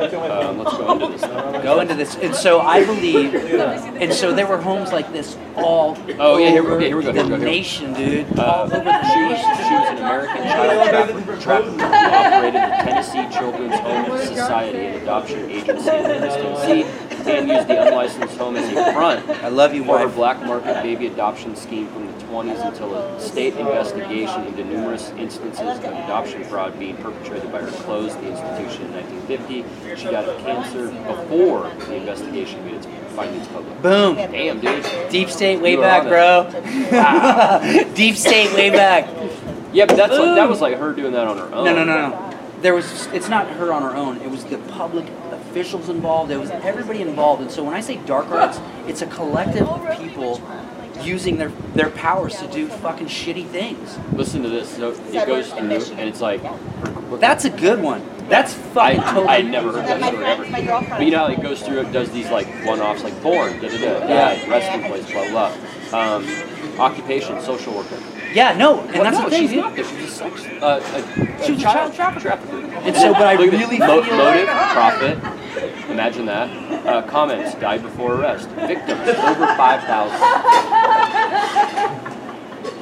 S2: Um, let's go into this now.
S1: dude. Go into this, and so I believe, and so there were homes like this all
S2: Oh, yeah, here we-
S1: over
S2: okay, here we go, here we
S1: the
S2: go, here we go.
S1: nation, dude.
S2: Uh,
S1: all over the
S2: she was
S1: nation.
S2: she was an American child trafficker, trafficker who operated the Tennessee Children's Home Society and Adoption Agency in Memphis, Tennessee. Tan used the unlicensed home as a front
S1: I love you,
S2: for her
S1: wife.
S2: black market baby adoption scheme from the 20s until a state investigation into numerous instances of adoption fraud being perpetrated by her closed the institution in 1950. She got cancer before the investigation made its findings public.
S1: Boom.
S2: Damn, dude.
S1: Deep state way
S2: You are
S1: back,
S2: on
S1: bro. Deep state way back.
S2: Yeah, but that's like, that was like her doing that on her own.
S1: No, no, no, no. There was. It's not her on her own. It was the public officials involved. It was everybody involved. And so when I say dark arts, it's a collective of people using their their powers to do fucking shitty things.
S2: Listen to this. So it goes through, and it's like,
S1: That's a good one. That's
S2: I,
S1: fucking totally.
S2: I never heard
S5: That
S2: that
S5: my
S2: story
S5: friend, my
S2: ever.
S5: girlfriend.
S2: But you know how it goes through, it does these like one-offs, like born, da da da, died, resting place, blah blah. Um, occupation, social worker.
S1: Yeah, no, and
S2: Well,
S1: that's
S2: no,
S1: the thing.
S2: she's
S1: dude.
S2: not. She's a sex. Uh, a,
S1: She
S2: a
S1: was a
S2: child
S1: child
S2: trafficker.
S1: And so, but I
S2: Look at
S1: really
S2: this. Mo-
S1: feel-
S2: motive, profit. Imagine that. Uh, comments: Died before arrest. Victims: over five thousand.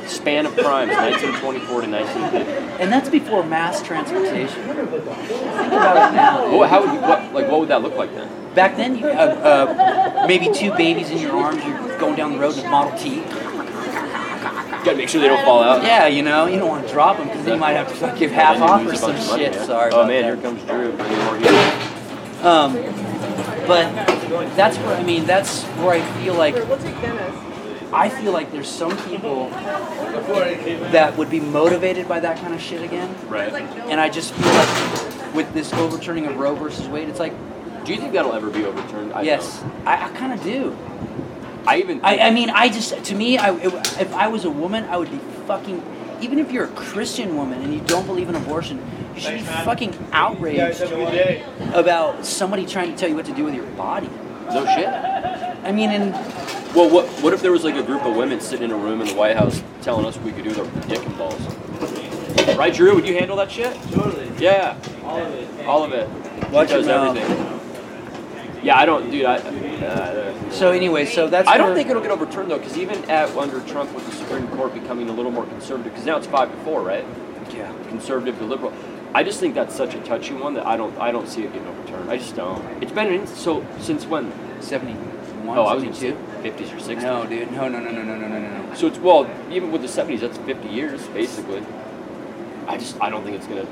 S2: Span of crimes: 1924 to 1950.
S1: And that's before mass transportation. Think about it now.
S2: What, how would you, what, like? What would that look like then?
S1: Back then, you, uh, uh, maybe two babies in your arms. You're going down the road in a Model T.
S2: You gotta make sure they don't fall out.
S1: Yeah, you know, you don't want to drop them because then you might have to fuck give half
S2: And then you
S1: off or
S2: lose a
S1: some
S2: bunch of money,
S1: shit.
S2: yeah.
S1: Sorry.
S2: Oh
S1: about
S2: man,
S1: that.
S2: here comes Drew. bringing more heat.
S1: Um, but that's where I mean. That's where I feel like
S3: We'll take Dennis.
S1: I feel like there's some people that would be motivated by that kind of shit again,
S2: Right.
S1: and I just feel like with this overturning of Roe versus Wade, it's like
S2: Do you think that'll ever be overturned? I
S1: yes, I, I kind of do.
S2: don't. I even.
S1: I, I mean, I just to me, I it, if I was a woman, I would be fucking. Even if you're a Christian woman and you don't believe in abortion, you should be fucking outraged about somebody trying to tell you what to do with your body.
S2: no shit.
S1: I mean, and
S2: Well, what what if there was like a group of women sitting in a room in the White House telling us we could do with our dick and balls? Right, Drew? Would you handle that shit?
S7: Totally.
S2: Yeah, all of it.
S1: Watch
S2: she does
S1: your mouth.
S2: everything. Yeah, I don't, dude. I uh,
S1: so anyway, so that's.
S2: I don't
S1: where-
S2: think it'll get overturned though, because even at under Trump with the Supreme Court becoming a little more conservative, because now it's five to four, right?
S1: Yeah.
S2: Conservative to liberal. I just think that's such a touchy one that I don't I don't see it getting overturned. I just don't. It's been in, so since when?
S1: Seventy-one.
S2: Oh, I was in
S1: 72?
S2: fifties or sixties.
S1: No, dude. No, no, no, no, no, no, no, no.
S2: So it's well, even with the seventies, that's fifty years basically. I just I don't think it's gonna.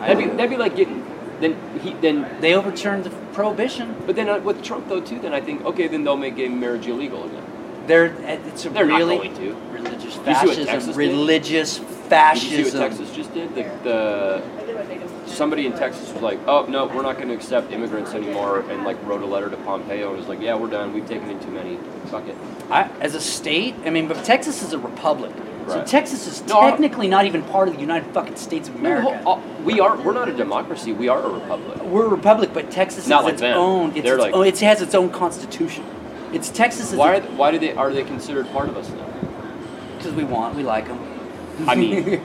S2: That'd be that'd be like getting then he then
S1: They overturned the prohibition.
S2: but then uh, with Trump though too. Then I think okay, then they'll make gay marriage illegal again.
S1: They're it's a
S2: They're
S1: really
S2: not going to.
S1: religious
S2: what
S1: fascism.
S2: Texas did?
S1: religious
S2: Did you see
S1: fascism.
S2: what Texas just did? The, the somebody in Texas was like, oh no, we're not going to accept immigrants anymore, and like wrote a letter to Pompeo and was like, yeah, we're done. We've taken in too many. Fuck it.
S1: I, as a state, I mean, but Texas is a republic. So
S2: Right.
S1: Texas is
S2: No, I-
S1: technically not even part of the United fucking States of America.
S2: We are we're not a democracy. We are a republic.
S1: We're a republic, but Texas
S2: Not
S1: is
S2: like
S1: its
S2: them.
S1: own. It's
S2: They're
S1: its
S2: like-
S1: own, it has its own constitution. It's Texas is
S2: Why are they, why do they are they considered part of us now?
S1: because we want, we like them.
S2: I mean,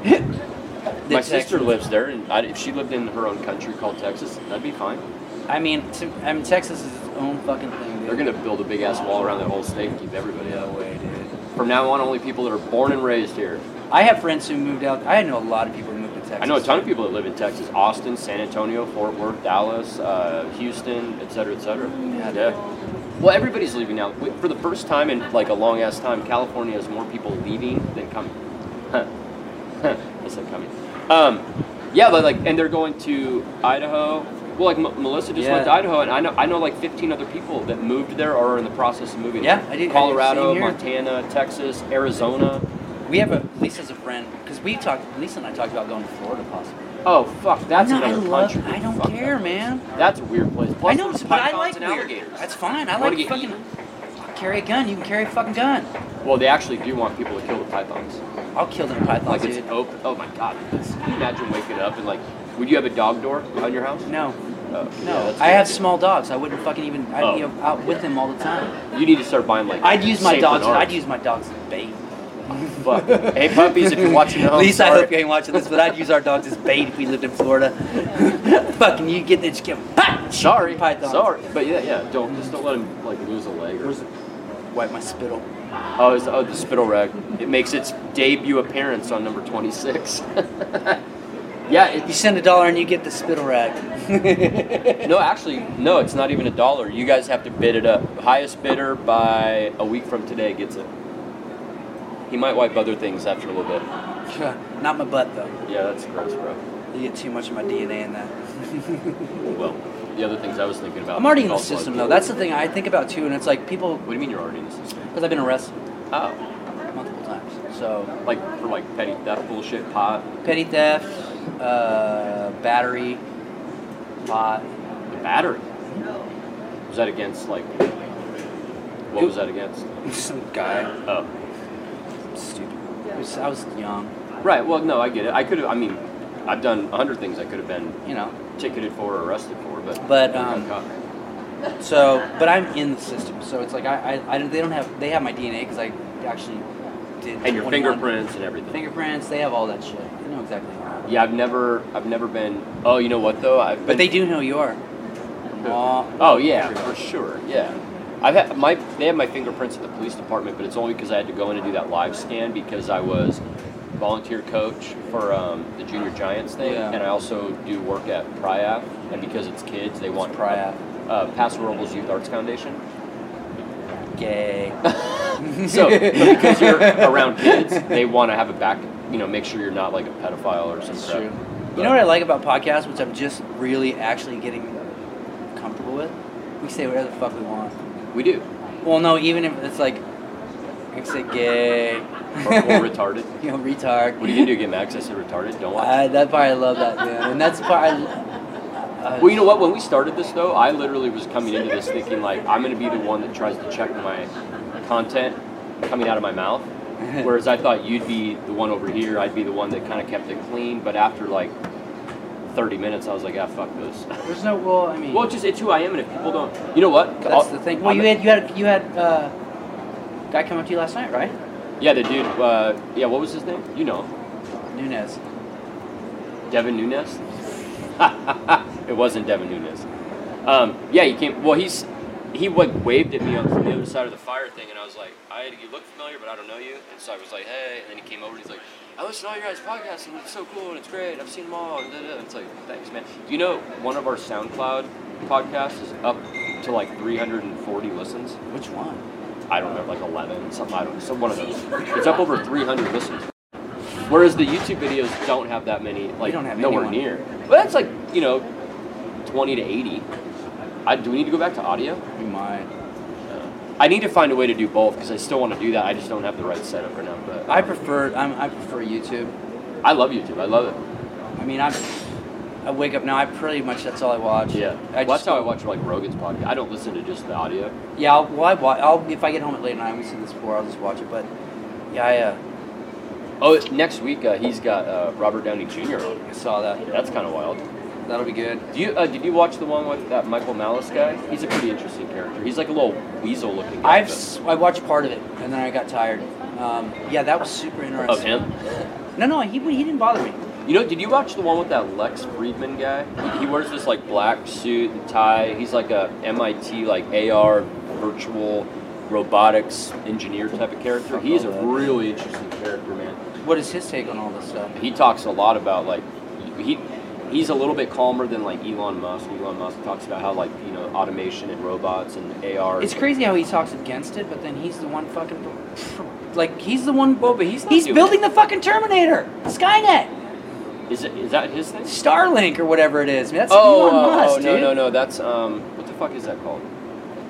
S2: my sister
S1: Texans.
S2: lives there, and I, if she lived in her own country called Texas, that'd be fine.
S1: I mean, to, I mean, Texas is its own fucking thing. Dude.
S2: They're gonna build a big ass wall around that whole state and keep everybody out of the way, dude. From now on, only people that are born and raised here.
S1: I have friends who moved out. I know a lot of people who moved to Texas.
S2: I know a ton of people that live in Texas: Austin, San Antonio, Fort Worth, Dallas, uh, Houston, et cetera, et cetera.
S1: Yeah.
S2: Well, everybody's leaving now. We- For the first time in like a long ass time, California has more people leaving than coming. Huh. Huh. I said coming. Um, yeah, but like, and they're going to Idaho, Well, like M- Melissa just
S1: Yeah.
S2: went to Idaho, and I know I know like 15 other people that moved there or are in the process of moving.
S1: Yeah,
S2: there.
S1: I did- I did the
S2: Colorado,
S1: same here.
S2: Montana, Texas, Arizona.
S1: We have a Lisa's a friend because we talked. Lisa and I talked about going to Florida possibly.
S2: Oh fuck, that's
S1: No, I
S2: another
S1: love-
S2: country.
S1: I don't
S2: Fuck that
S1: care,
S2: place.
S1: man.
S2: That's a weird place. Plus,
S1: I know,
S2: there's
S1: but I
S2: pythons
S1: like
S2: and
S1: weird.
S2: alligators.
S1: That's fine. I
S2: Wanna
S1: like
S2: get
S1: fucking.
S2: eaten?
S1: Carry a gun. You can carry a fucking gun.
S2: Well, they actually do want people to kill the pythons.
S1: I'll kill them pythons,
S2: Like it's
S1: dude.
S2: open. Oh my god, that's, can you imagine waking up and like, would you have a dog door on your house?
S1: No,
S2: Oh, okay, yeah,
S1: no.
S2: that's
S1: I
S2: good.
S1: have small dogs. I wouldn't fucking even. I'd be
S2: Oh.
S1: out with them all the time.
S2: You need to start buying like.
S1: I'd use my
S2: Saint
S1: dogs.
S2: Bernards.
S1: I'd use my dogs as bait.
S2: Fuck. hey puppies, if you're watching at home.
S1: At least I
S2: sorry.
S1: hope you ain't watching this, but I'd use our dogs as bait if we lived in Florida. fucking, you get this give 'em, ha!
S2: Sorry.
S1: Pythons.
S2: Sorry. But yeah, yeah. Don't just don't let him like lose a leg. Or,
S1: Wipe my spittle.
S2: oh, it's, oh, the spittle rag. It makes its debut appearance on number 26. yeah.
S1: You
S2: It,
S1: send a dollar and you get the spittle rag.
S2: no, actually, no. It's not even a dollar. You guys have to bid it up. Highest bidder by a week from today gets it. He might wipe other things after a little bit.
S1: Not my butt though.
S2: Yeah, that's gross, bro.
S1: You get too much of my DNA in that.
S2: Well, the other things I was thinking about.
S1: I'm already in the
S2: also, like,
S1: system though. That's the thing I think about too, and it's like people
S2: What do you mean you're already in the system?
S1: because I've been arrested
S2: Oh,
S1: multiple times. So
S2: like for like petty theft bullshit, pot,
S1: petty theft, uh, battery, pot.
S2: the battery. Was that against like? What was that against?
S1: Some guy,
S2: Oh,
S1: stupid. I was, I was young,
S2: right. Well, no, I get it. I could have. I mean, I've done a hundred things I could have been
S1: you know.
S2: ticketed for or arrested for, but.
S1: But,
S2: I got
S1: um,
S2: caught.
S1: So, but I'm in the system. So it's like I, I, I don't- they don't have they have my DNA because I actually did.
S2: and your
S1: 21
S2: fingerprints and everything.
S1: Fingerprints. They have all that shit. They know exactly. Who I am.
S2: yeah, I've never, I've never been. Oh, you know what though? I've been,
S1: But they do know you are. Law.
S2: Oh yeah, for sure. Yeah, I've had my they have my fingerprints at the police department, but it's only because I had to go in and do that live scan because I was volunteer coach for um, the junior giants thing,
S1: Yeah.
S2: and I also do work at Priap, and because it's kids, they want
S1: Priap?
S2: uh, Paso Robles Youth Arts Foundation.
S1: Gay.
S2: So but because you're around kids, they want to have a back, you know, make sure you're not like a pedophile or
S1: That's
S2: something.
S1: true. You know what I like about podcasts, which I'm just really actually getting comfortable with? We say whatever the fuck we want.
S2: We do.
S1: Well, no, even if it's like, I say gay,
S2: Or, or retarded.
S1: you know, retard.
S2: What are you gonna do? Give them access to retarded? Don't watch.
S1: I, that part I love that, man. And that's the part I. Uh,
S2: Well, you know what? When we started this, though, I literally was coming into this thinking like I'm going to be the one that tries to check my content coming out of my mouth. Whereas I thought you'd be the one over here, I'd be the one that kind of kept it clean. But after like 30 minutes, I was like, ah, fuck this.
S1: there's no well. I mean,
S2: well, uh, it's just it's who I am, and if people don't, you know what?
S1: that's the thing. Well, you had you had you had uh, guy come up to you last night, right?
S2: yeah, the dude. Uh, yeah, what was his name? You know,
S1: Nunez.
S2: Devin Nunes. it wasn't Devin Nunes. Um, yeah, he came. Well, he's he like waved at me on from the other side of the fire thing, and I was like, I you look familiar, but I don't know you. And so I was like, hey. And then he came over and he's like, I listen to all your guys' podcasts, and it's so cool, and it's great. I've seen them all. And, da, da. and it's like, thanks, man. Do you know one of our SoundCloud podcasts is up to like 340 listens?
S1: Which one?
S2: I don't know, like 11, something. I don't. So one of those. It's up over 300 listens. Whereas the YouTube videos don't have that many, like
S1: don't have
S2: nowhere
S1: anyone.
S2: near. But that's like you know, 20 to 80. I, do we need to go back to audio?
S1: We might.
S2: I need to find a way to do both because I still want to do that. I just don't have the right setup right now. But
S1: I prefer I'm, I prefer YouTube.
S2: I love YouTube. I love it.
S1: I mean, I'm. I wake up now. I pretty much that's all I watch.
S2: Yeah,
S1: I
S2: well,
S1: just,
S2: that's how I watch like Rogan's podcast. I don't listen to just the audio.
S1: Yeah, I'll, well, I watch. I'll if I get home at late night. We've seen this before. I'll just watch it. But yeah, I uh,
S2: Oh, next week uh, he's got uh, Robert Downey Jr. on.
S1: I saw that.
S2: That's kind of wild.
S1: That'll be good.
S2: Do you uh, did you watch the one with that Michael Malice guy? He's a pretty interesting character. He's like a little weasel looking. Guy,
S1: I've s- I watched part of it and then I got tired. Um, yeah, that was super
S2: but-
S1: interesting.
S2: of him.
S1: No, no, he he didn't bother me.
S2: You know, did you watch the one with that Lex Friedman guy? He, he wears this like black suit and tie. He's like a MIT like AR virtual robotics engineer type of character. He is a really interesting character, man.
S1: What is his take on all this stuff?
S2: He talks a lot about like he he's a little bit calmer than like Elon Musk. Elon Musk talks about how like you know automation and robots and AR.
S1: It's crazy how he talks against it, but then he's the one fucking like he's the one.
S2: Well, but he's not
S1: He's
S2: doing
S1: building the fucking Terminator, Skynet.
S2: Is it is that his thing?
S1: Starlink or whatever it is. I mean, that's
S2: oh,
S1: Elon
S2: oh,
S1: Musk,
S2: oh, no,
S1: dude.
S2: no, no. That's um, what the fuck is that called?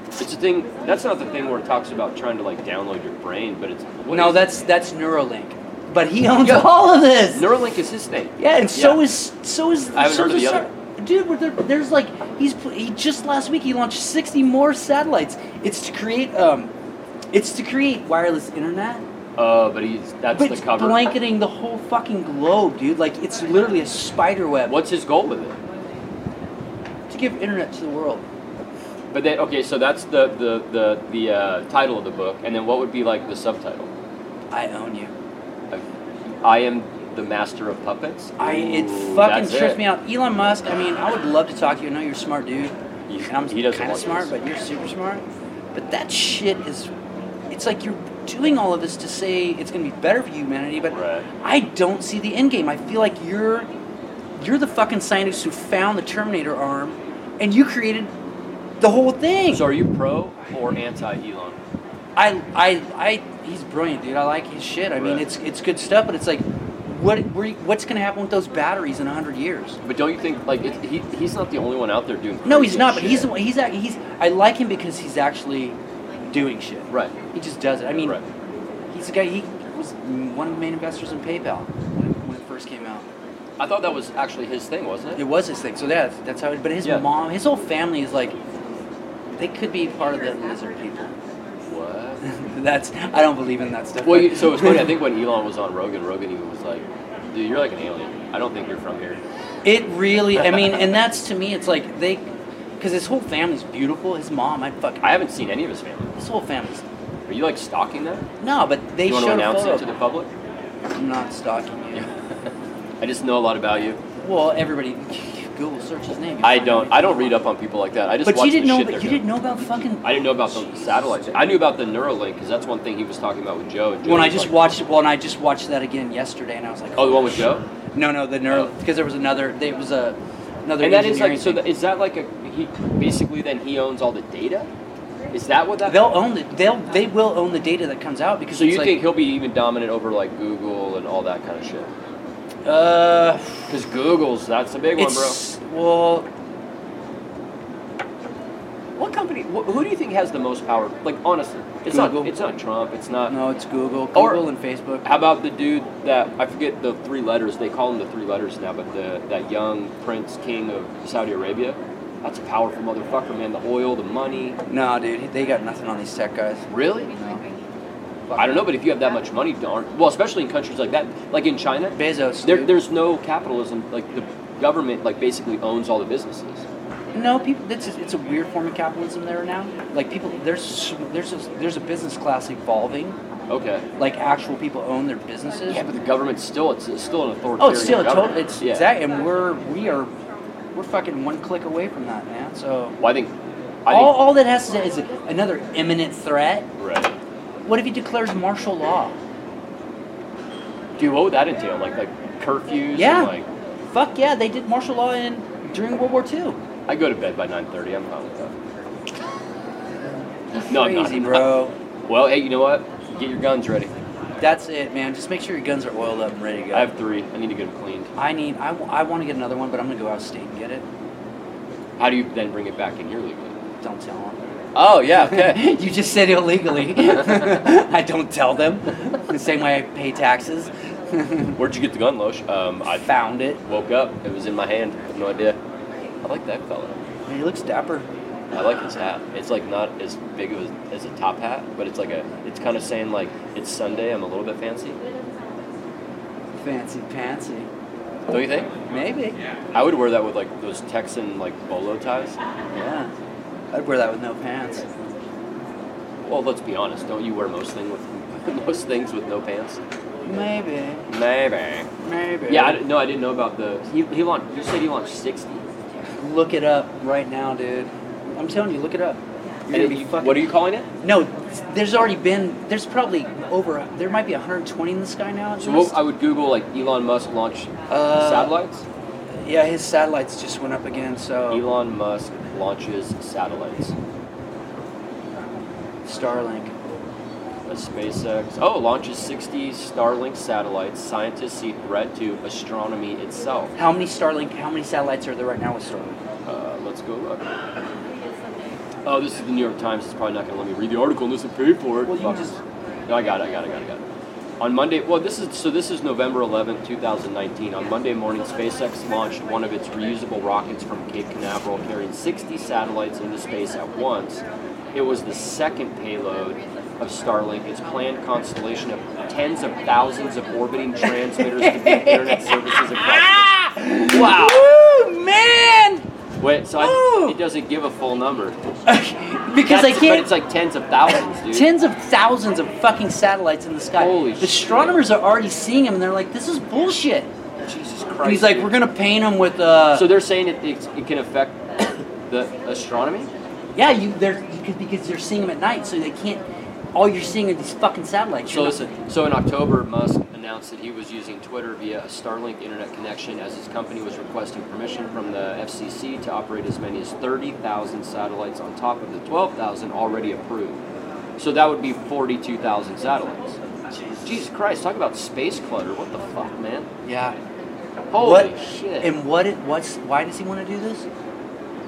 S2: It's a thing. That's not the thing where it talks about trying to like download your brain, but it's what
S1: No,
S2: is-
S1: that's that's Neuralink. But he owns all of this.
S2: Neuralink is his thing.
S1: yeah, and so
S2: Yeah.
S1: is so is.
S2: I haven't
S1: so
S2: heard of
S1: does
S2: the
S1: Star-
S2: other.
S1: Dude, where there, there's like he's pl- he just last week he launched 60 more satellites. It's to create um, it's to create wireless internet.
S2: Uh, but he's that's
S1: but
S2: the
S1: it's
S2: cover.
S1: blanketing the whole fucking globe, dude. Like it's literally a spider web.
S2: What's his goal with it?
S1: to give internet to the world?
S2: But then, okay, so that's the the the, the uh, title of the book, and then what would be like the subtitle?
S1: I own you.
S2: Like, I am the master of puppets.
S1: I it
S2: Ooh,
S1: fucking
S2: that's
S1: trips
S2: it.
S1: me out. Elon Musk. I mean, I would love to talk to you. I know you're a smart dude.
S2: He-
S1: and I'm
S2: he doesn't
S1: kind of
S2: want
S1: smart,
S2: this.
S1: but you're super smart. But that shit is, it's like you're doing all of this to say it's going to be better for humanity, but
S2: Right.
S1: I don't see the end game. I feel like you're, you're the fucking scientist who found the Terminator arm, and you created the whole thing.
S2: So are you pro or anti Elon?
S1: I, I, I, he's brilliant, dude. I like his shit. I mean,
S2: Right.
S1: it's it's good stuff, but it's like, what, where- what's going to happen with those batteries in hundred years?
S2: But don't you think like it, he, he's not the only one out there doing?
S1: No, he's
S2: crazy
S1: not. But he's
S2: shit.
S1: the one. He's act- he's. I like him because he's actually doing shit.
S2: Right.
S1: He just does it. I mean,
S2: right.
S1: he's the guy. He was one of the main investors in PayPal when it, when it first came out.
S2: I thought that was actually his thing, wasn't
S1: It
S2: it?
S1: was his thing. So yeah, that's- that's how. It, but his
S2: Yeah.
S1: mom, his whole family is like, they could be part of the lizard people.
S2: What?
S1: that's. I don't believe in that stuff.
S2: Well,
S1: but-
S2: you, so it was funny. I think when Elon was on Rogan, Rogan even was like, "Dude, you're like an alien. I don't think you're from here."
S1: It really, I mean, and that's to me, it's like they, because his whole family's beautiful. His mom, I fuck,
S2: I haven't seen any of his family.
S1: his whole family's
S2: Are you like stalking them?
S1: no, but they
S2: you want to
S1: showed a
S2: announce
S1: photo.
S2: it to the public?
S1: I'm not stalking you.
S2: I just know a lot about you.
S1: Well, everybody, Google search his name.
S2: I don't. I don't read up on people like that. I just
S1: But
S2: watch
S1: you didn't
S2: the
S1: know.
S2: shit
S1: But
S2: they're
S1: you
S2: doing.
S1: didn't know about fucking.
S2: I didn't know about the satellite. I knew about the Neuralink because that's one thing he was talking about with Joe. And Joe
S1: When I
S2: was
S1: just
S2: like-
S1: watched, well, and I just watched that again yesterday, and I was like,
S2: Oh, the one with Joe.
S1: no, no, the neural, because there was another. There was a another.
S2: And that is like. So
S1: engineering
S2: that,
S1: thing.
S2: is that like a? He basically then he owns all the data. Is that what that?
S1: they'll own the they'll they will own the data that comes out because
S2: so
S1: it's
S2: you
S1: like,
S2: think he'll be even dominant over like Google and all that kind of shit?
S1: uh
S2: Because Google's that's a big one, bro.
S1: it's well
S2: What company? Wh- who do you think has the most power? Like honestly, it's
S1: Google.
S2: not. It's not Trump. It's not.
S1: no it's Google Google
S2: Or-
S1: and Facebook
S2: How about the dude that I forget the three letters? They call him the three letters now, but the that young prince king of Saudi Arabia. That's a powerful motherfucker, man. The oil, the money.
S1: No, dude, they got nothing on these tech guys.
S2: Really?
S1: No.
S2: I don't know, but if you have that much money, darn. Well, especially in countries like that, like in China,
S1: Bezos.
S2: there,
S1: dude.
S2: there's no capitalism. Like the government, like basically owns all the businesses.
S1: no people. That's it's a weird form of capitalism there now. Like people, there's there's a, there's a business class evolving.
S2: Okay.
S1: Like actual people own their businesses.
S2: Yeah, but the government's still it's, it's still an authoritarian.
S1: oh, it's still a total.
S2: government.
S1: It's
S2: yeah.
S1: exact, and we're we are we're fucking one click away from that, man. So
S2: Well, I think. I
S1: all,
S2: think
S1: all that has to say is another imminent threat.
S2: right.
S1: What if he declares martial law?
S2: Dude, what would that entail? Like like curfews?
S1: Yeah.
S2: And like
S1: Fuck yeah, they did martial law in during World War II.
S2: I go to bed by nine thirty. I'm fine with that. No, I'm not.
S1: Crazy, bro.
S2: Well, hey, you know what? Get your guns ready.
S1: That's it, man. Just make sure your guns are oiled up and ready to go.
S2: I have three. I need to get them cleaned.
S1: I need. I, want to get another one, but I'm gonna go out of state and get it.
S2: How do you then bring it back in here legally?
S1: Don't tell them.
S2: Oh yeah. Okay.
S1: you just said illegally. I don't tell them. The same way I pay taxes.
S2: Where'd you get the gun, Losh? Um,
S1: I
S2: I
S1: found it.
S2: woke up. It was in my hand. I have no idea. I like that fella.
S1: He looks dapper.
S2: I like his hat. It's like not as big of a, as a top hat, but it's like a. It's kind of saying like it's Sunday. I'm a little bit fancy.
S1: Fancy pantsy.
S2: Don't you think?
S1: Maybe.
S2: I would wear that with like those Texan like bolo ties.
S1: Yeah. I'd wear that with no pants.
S2: Well, let's be honest. Don't you wear most thing with most things with no pants?
S1: Maybe.
S2: Maybe.
S1: Maybe.
S2: Yeah. I, di- no, I didn't know about the. He, he launched. You said he launched sixty.
S1: look it up right now, dude. I'm telling you, look it up. You're gonna
S2: And
S1: be
S2: you-
S1: fucking.
S2: what are you calling it?
S1: No, there's already been. There's probably over. There might be 120 in the sky now. at
S2: So what,
S1: least.
S2: I would Google like Elon Musk launch
S1: Uh,
S2: satellites.
S1: Yeah, his satellites just went up again, so
S2: Elon Musk launches satellites.
S1: Starlink.
S2: a SpaceX. Oh, launches 60 Starlink satellites. Scientists see threat to astronomy itself.
S1: How many Starlink? How many satellites are there right now with Starlink?
S2: Uh, let's go look. Oh, this is the New York Times. It's probably not going to let me read the article unless I pay for it.
S1: Well, you
S2: Fuck.
S1: just-
S2: No, I got it. I got it. I got it. I got it. On Monday, well, this is so. This is November 11, 2019. On Monday morning, SpaceX launched one of its reusable rockets from Cape Canaveral, carrying 60 satellites into space at once. It was the second payload of Starlink. Its planned constellation of tens of thousands of orbiting transmitters to give internet services
S1: Ah!
S2: across. the- Wow.
S1: Woo, man!
S2: Wait, so
S1: Ooh.
S2: I, it doesn't give a full number.
S1: because I
S2: That's- But
S1: can't.
S2: it's like tens of thousands, dude.
S1: Tens of thousands of fucking satellites in the sky.
S2: Holy
S1: the
S2: shit.
S1: astronomers are already seeing them, and they're like, "This is bullshit."
S2: Jesus Christ.
S1: And he's like,
S2: dude.
S1: "We're gonna paint them with uh."
S2: So they're saying it, it, it can affect the astronomy.
S1: yeah, you they're because because they're seeing them at night, so they can't. All you're seeing are these fucking satellites.
S2: So
S1: You're not-
S2: listen. So in October, Musk announced that he was using Twitter via a Starlink internet connection, as his company was requesting permission from the FCC to operate as many as 30,000 satellites on top of the 12,000 already approved. So that would be 42,000 satellites. Jesus Christ! Talk about space clutter. What the fuck, man?
S1: Yeah.
S2: Holy
S1: what?
S2: shit!
S1: And what? It, what's? Why does he want to do this?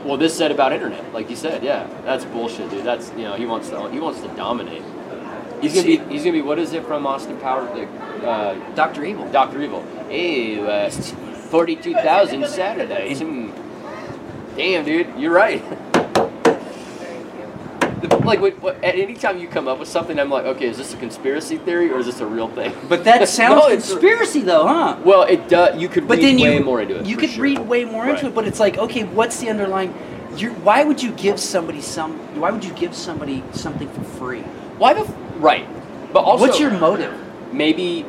S2: Well, this said about internet, like you said, yeah, that's bullshit, dude. That's you know he wants to he wants to dominate. He's gonna be he's gonna be what is it from Austin Power? The uh,
S1: Doctor Evil.
S2: Doctor Evil. Hey, uh, forty two thousand satellites. Hmm. Damn, dude, you're right. The- Like what, what, at any time you come up with something, I'm like, okay, is this a conspiracy theory or is this a real thing?
S1: But that sounds
S2: No, it's-
S1: conspiracy, though, huh?
S2: Well, it does. You could
S1: But
S2: read
S1: then you
S2: way more into it.
S1: You
S2: for
S1: could
S2: sure.
S1: read way more into
S2: Right.
S1: it, but it's like, okay, what's the underlying? You're, why would you give somebody some? Why would you give somebody something for free?
S2: Why the f- right? But also,
S1: what's your motive?
S2: maybe?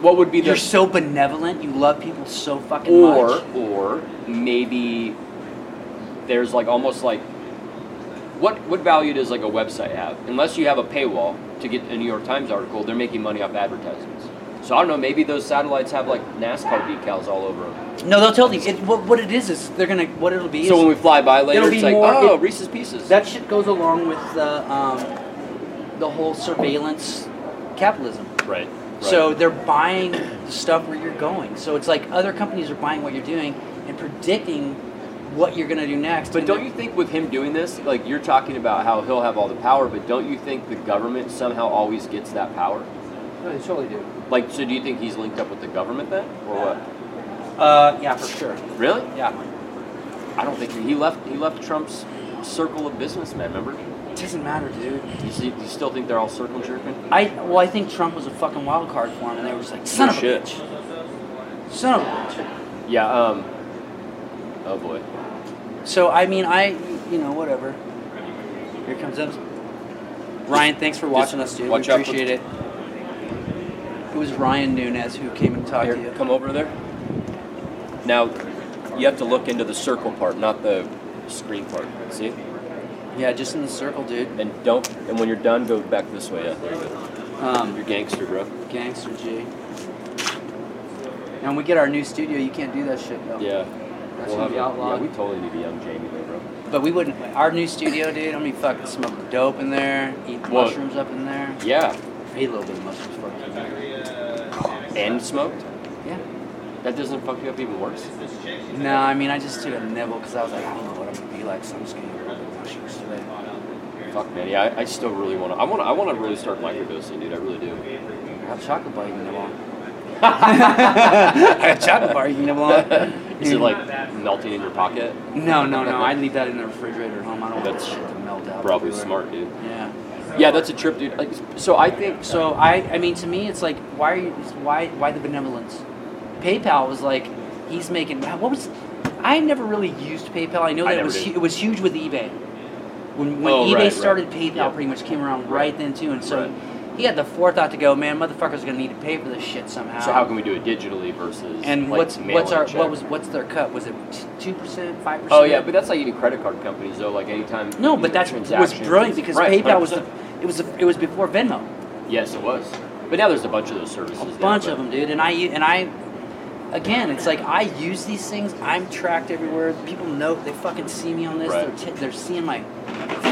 S2: What would be the
S1: You're so benevolent. You love people so fucking
S2: or
S1: much.
S2: or maybe there's like almost like what what value does like a website have unless you have a paywall to get a new york times article they're making money off advertisements so i don't know maybe those satellites have like nascar decals all over them
S1: No, they'll tell you. It, what, what it is is they're gonna. What it'll be.
S2: so
S1: is,
S2: when we fly by
S1: It'll
S2: later
S1: be
S2: it's like
S1: more-
S2: oh
S1: it-
S2: reese's pieces
S1: That shit goes along with the um, the whole surveillance capitalism.
S2: right, right
S1: So they're buying the stuff where you're going. So it's like other companies are buying what you're doing and predicting what you're gonna do next.
S2: But
S1: And
S2: don't you think with him doing this, like you're talking about how he'll have all the power, but don't you think the government somehow always gets that power?
S1: No, they totally do.
S2: Like, so do you think he's linked up with the government then, or what?
S1: Uh, yeah, for sure.
S2: Really?
S1: Yeah,
S2: I don't think he left. He left Trump's circle of businessmen. Remember?
S1: it doesn't matter, dude.
S2: You, see, you still think they're all circle jerking?
S1: I well, I think Trump was a fucking wild card for him, and they were just like, son of a
S2: shit.
S1: bitch, son of a bitch.
S2: Yeah. Um. Oh boy.
S1: So I mean, I you know whatever. Here comes us. Ryan, thanks for watching us, dude.
S2: watch
S1: we
S2: out for-
S1: appreciate it. It was Ryan Nunez who came and talked to
S2: Here,
S1: you.
S2: come over there. Now, you have to look into the circle part, not the screen part. See?
S1: Yeah, just in the circle, dude.
S2: And don't. And when you're done, go back this way. Yeah. There you go.
S1: Um,
S2: You're gangster, bro.
S1: gangster G. Now when we get our new studio, you can't do that shit though.
S2: Yeah.
S1: That
S2: We'll
S1: should
S2: have
S1: be
S2: a-
S1: outlawed.
S2: Yeah, we totally need a young Jamie there, bro.
S1: But we wouldn't. Our new studio, dude. I'm gonna be fucking smoking dope in there, eat
S2: Well-
S1: mushrooms up in there.
S2: Yeah.
S1: I eat a little bit of mushrooms, fuck you.
S2: And smoked.
S1: Yeah.
S2: That doesn't fuck you up even worse.
S1: No, I mean I just took a nibble because I was like, I don't know what I'm gonna be like, so I'm just gonna eat a little bit of mushrooms today.
S2: Fuck man, yeah, I, I still really want to. I want to. I want to really start microdosing, dude. I really do.
S1: I have a chocolate bar you can nibble on. I got a chocolate bar you can nibble on.
S2: Is it like melting in your pocket?
S1: No, no, no. I leave that in the refrigerator at home. I don't want that
S2: That's
S1: shit to melt out.
S2: Probably
S1: everywhere.
S2: smart, dude.
S1: Yeah.
S2: Yeah, that's a trip, dude. Like, so I think so.
S1: So I, I mean, to me, it's like, why are you, why, why the benevolence? PayPal was like, he's making. What was? I never really used PayPal. I know that
S2: I
S1: it
S2: never
S1: was
S2: did.
S1: hu- it was huge with eBay. When, when
S2: Oh,
S1: eBay
S2: right, right.
S1: started, PayPal
S2: Yeah.
S1: pretty much came around right,
S2: Right.
S1: then too, and so
S2: Right.
S1: he had the forethought to go, man, motherfuckers are gonna need to pay for this shit somehow.
S2: So how can we do it digitally versus
S1: and
S2: like,
S1: what's
S2: mail
S1: what's
S2: and
S1: our
S2: check?
S1: what was what's their cut? Was it two percent, five percent?
S2: Oh yeah, but that's like any credit card companies though. Like anytime.
S1: no,
S2: you
S1: but
S2: do
S1: that's was
S2: transactions-
S1: brilliant because
S2: Right,
S1: PayPal was the,
S2: 100%.
S1: it was the, it was before Venmo.
S2: Yes, it was. But now there's a bunch of those services.
S1: a
S2: now,
S1: bunch
S2: but-
S1: of them, dude. And I u- and I, again, it's like I use these things. I'm tracked everywhere. People know they fucking see me on this.
S2: Right.
S1: They're t- they're seeing my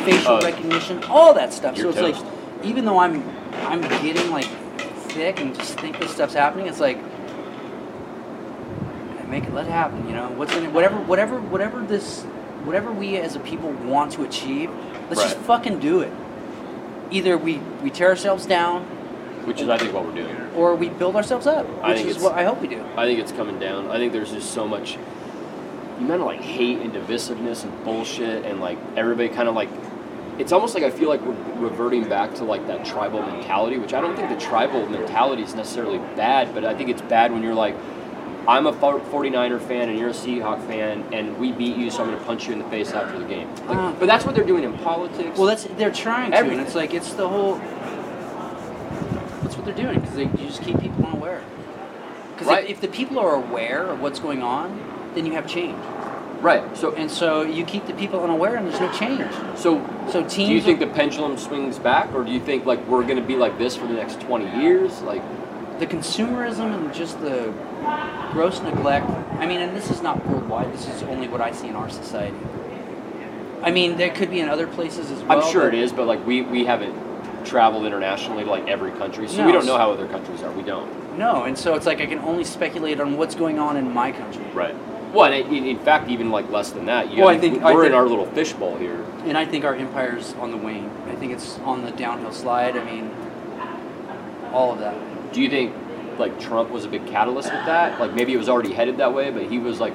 S1: facial
S2: Oh.
S1: recognition, all that stuff. So
S2: You're
S1: it's
S2: toast.
S1: like, even though I'm I'm getting like thick and just think this stuff's happening. It's like make it let it happen. You know, what's in it, whatever, whatever, whatever this, whatever we as a people want to achieve, let's just
S2: Right.
S1: fucking do it. Either we we tear ourselves down
S2: which is I think what we're doing.
S1: or we build ourselves up,
S2: I
S1: which
S2: think
S1: is
S2: it's-
S1: what I hope we do.
S2: I think it's coming down. I think there's just so much you amount of like hate and divisiveness and bullshit and like everybody kind of like it's almost like I feel like we're reverting back to like that tribal mentality, which I don't think the tribal mentality is necessarily bad, but I think it's bad when you're like, I'm a 49er fan and you're a Seahawk fan and we beat you, so I'm going to punch you in the face after the game. Like,
S1: Ah.
S2: but that's what they're doing in politics.
S1: Well, that's they're trying to,
S2: Everything.
S1: and it's like it's the whole. That's what they're doing because they you just keep people unaware. Because
S2: Right.
S1: if, if the people are aware of what's going on, then you have change.
S2: right. So,
S1: And so you keep the people unaware, and there's no change.
S2: so
S1: So teams.
S2: Do you think
S1: are-
S2: the pendulum swings back, or do you think like we're gonna be like this for the next twenty years? Like,
S1: the consumerism and just the gross neglect i mean and this is not worldwide this is only what i see in our society i mean there could be in other places as well
S2: I'm sure
S1: but-
S2: it is, but like we we haven't traveled internationally to like every country, so we
S1: No.
S2: don't know how other countries are. We don't.
S1: no and so it's like i can only speculate on what's going on in my country
S2: Right. Well, and in, in fact, even like less than that. You
S1: Well,
S2: gotta-
S1: I think-
S2: we're
S1: I
S2: in
S1: think-
S2: our little fishbowl here.
S1: and i think our empire's on the wane i think it's on the downhill slide i mean all of that
S2: Do you think like Trump was a big catalyst with that? Like maybe it was already headed that way, but he was like,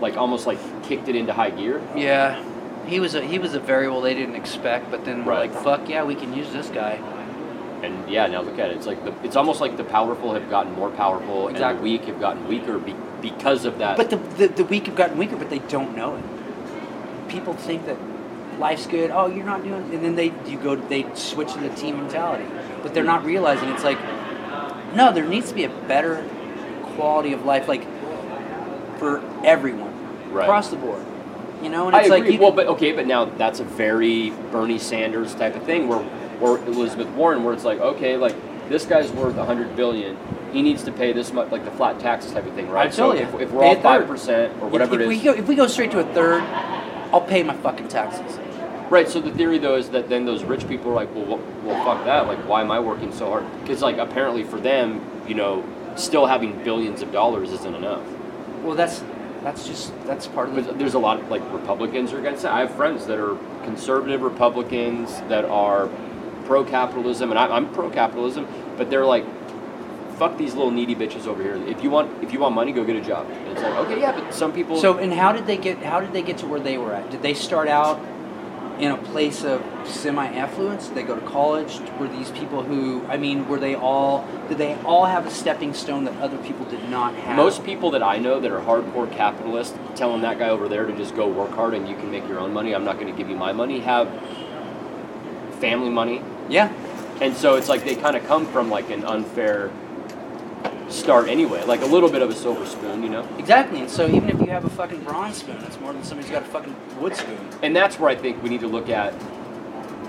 S2: like almost like kicked it into high gear.
S1: yeah he was a he was a variable they didn't expect but then we're
S2: Right.
S1: like fuck yeah we can use this guy
S2: And yeah, now look at it. It's like the, it's almost like the powerful have gotten more powerful, and the
S1: Exactly.
S2: weak have gotten weaker be, because of that.
S1: But the, the, the weak have gotten weaker, but they don't know it. People think that life's good. Oh, you're not doing, and then they you go they switch to the team mentality, but they're not realizing it's like, no, there needs to be a better quality of life, like for everyone
S2: Right.
S1: across the board. You know, and
S2: I
S1: it's
S2: agree.
S1: like you
S2: well,
S1: can-
S2: but okay, but now that's a very Bernie Sanders type of thing, where or Elizabeth Warren, where it's like, okay, like this guy's worth a hundred billion. He needs to pay this much, like the flat taxes type of thing, right?
S1: I tell
S2: so
S1: you,
S2: if, if we're
S1: pay a
S2: all
S1: third.
S2: five percent or
S1: if-
S2: whatever
S1: if,
S2: it
S1: we
S2: is,
S1: go, if we go straight to a third, I'll pay my fucking taxes.
S2: right? So the theory though is that then those rich people are like, well, wh- well, fuck that. Like, why am I working so hard? Because like apparently for them, you know, still having billions of dollars isn't enough.
S1: Well, that's that's just that's part of the
S2: But there's a lot of like Republicans are against it. I have friends that are conservative Republicans that are pro-capitalism, and I, I'm pro-capitalism, but they're like, fuck these little needy bitches over here. If you want, if you want money, go get a job. And it's like, okay, yeah, but some people.
S1: So, and how did they get? How did they get to where they were at? Did they start out in a place of semi-affluence? Did they go to college? Were these people who? I mean, were they all? Did they all have a stepping stone that other people did not have?
S2: most people that I know that are hardcore capitalists telling that guy over there to just go work hard and you can make your own money. I'm not going to give you my money. Have family money,
S1: yeah,
S2: and so it's like they kind of come from like an unfair start anyway, like a little bit of a silver spoon, you know.
S1: exactly. And so, even if you have a fucking bronze spoon, it's more than somebody's got a fucking wood spoon.
S2: and that's where I think we need to look at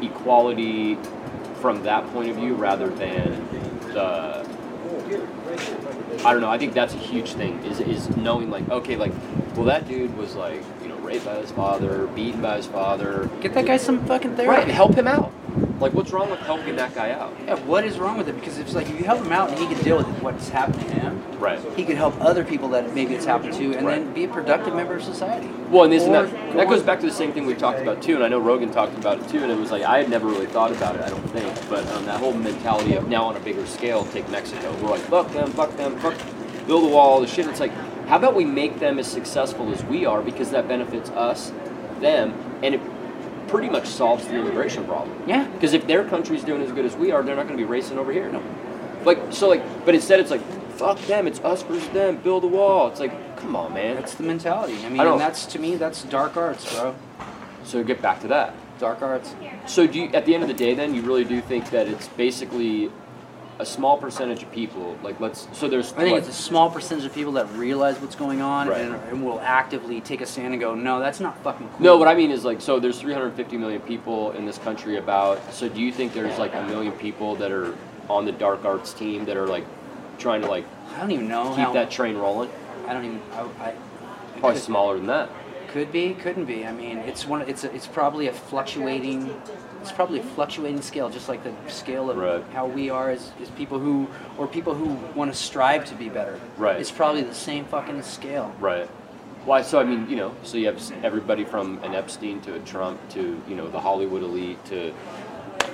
S2: equality from that point of view rather than the I don't know. I think that's a huge thing is is knowing like okay like well that dude was like you know raped by his father, beaten by his father.
S1: Get that guy some fucking therapy.
S2: Right, help him out. Like what's wrong with helping that guy out?
S1: Yeah, what is wrong with it? Because it's like if you help him out and he can deal with what's happening to him,
S2: Right.
S1: he could help other people that maybe it's happened to, and
S2: Right.
S1: then be a productive member of society.
S2: Well, and isn't
S1: Or-
S2: that that goes back to the same thing we talked about too, and I know Rogan talked about it too, and it was like I had never really thought about it, I don't think, but um, that whole mentality of now on a bigger scale, take Mexico, we're like fuck them, fuck them, fuck, build a wall, the shit. It's like how about we make them as successful as we are because that benefits us, them, and it pretty much solves the immigration problem.
S1: Yeah.
S2: Because if their country's doing as good as we are, they're not going to be racing over here. No. Like so, like, but instead it's like fuck them, it's us versus them, build a wall. It's like come on, man.
S1: That's the mentality. I mean,
S2: I don't-
S1: and that's to me, that's dark arts, bro.
S2: So get back to that.
S1: Dark arts.
S2: So do you, at the end of the day, then you really do think that it's basically a small percentage of people. Like let's so there's
S1: I think
S2: what,
S1: it's a small percentage of people that realize what's going on
S2: Right.
S1: and, and will actively take a stand and go, no, that's not fucking cool.
S2: no. What I mean is like so there's 350 million people in this country. About so do you think there's like a million people that are on the dark arts team that are like trying to like
S1: I don't even know
S2: keep
S1: how.
S2: that train rolling?
S1: I don't even. I, I, I
S2: Probably
S1: could-
S2: smaller than that.
S1: could, Could be, couldn't be. I mean, it's one. It's a, it's probably a fluctuating. It's probably a fluctuating scale, just like the scale of
S2: Right.
S1: how we are as, as people who, or people who want to strive to be better.
S2: Right.
S1: It's probably the same fucking scale.
S2: Right. Why? So I mean, you know, so you have s- everybody from an Epstein to a Trump to you know the Hollywood elite to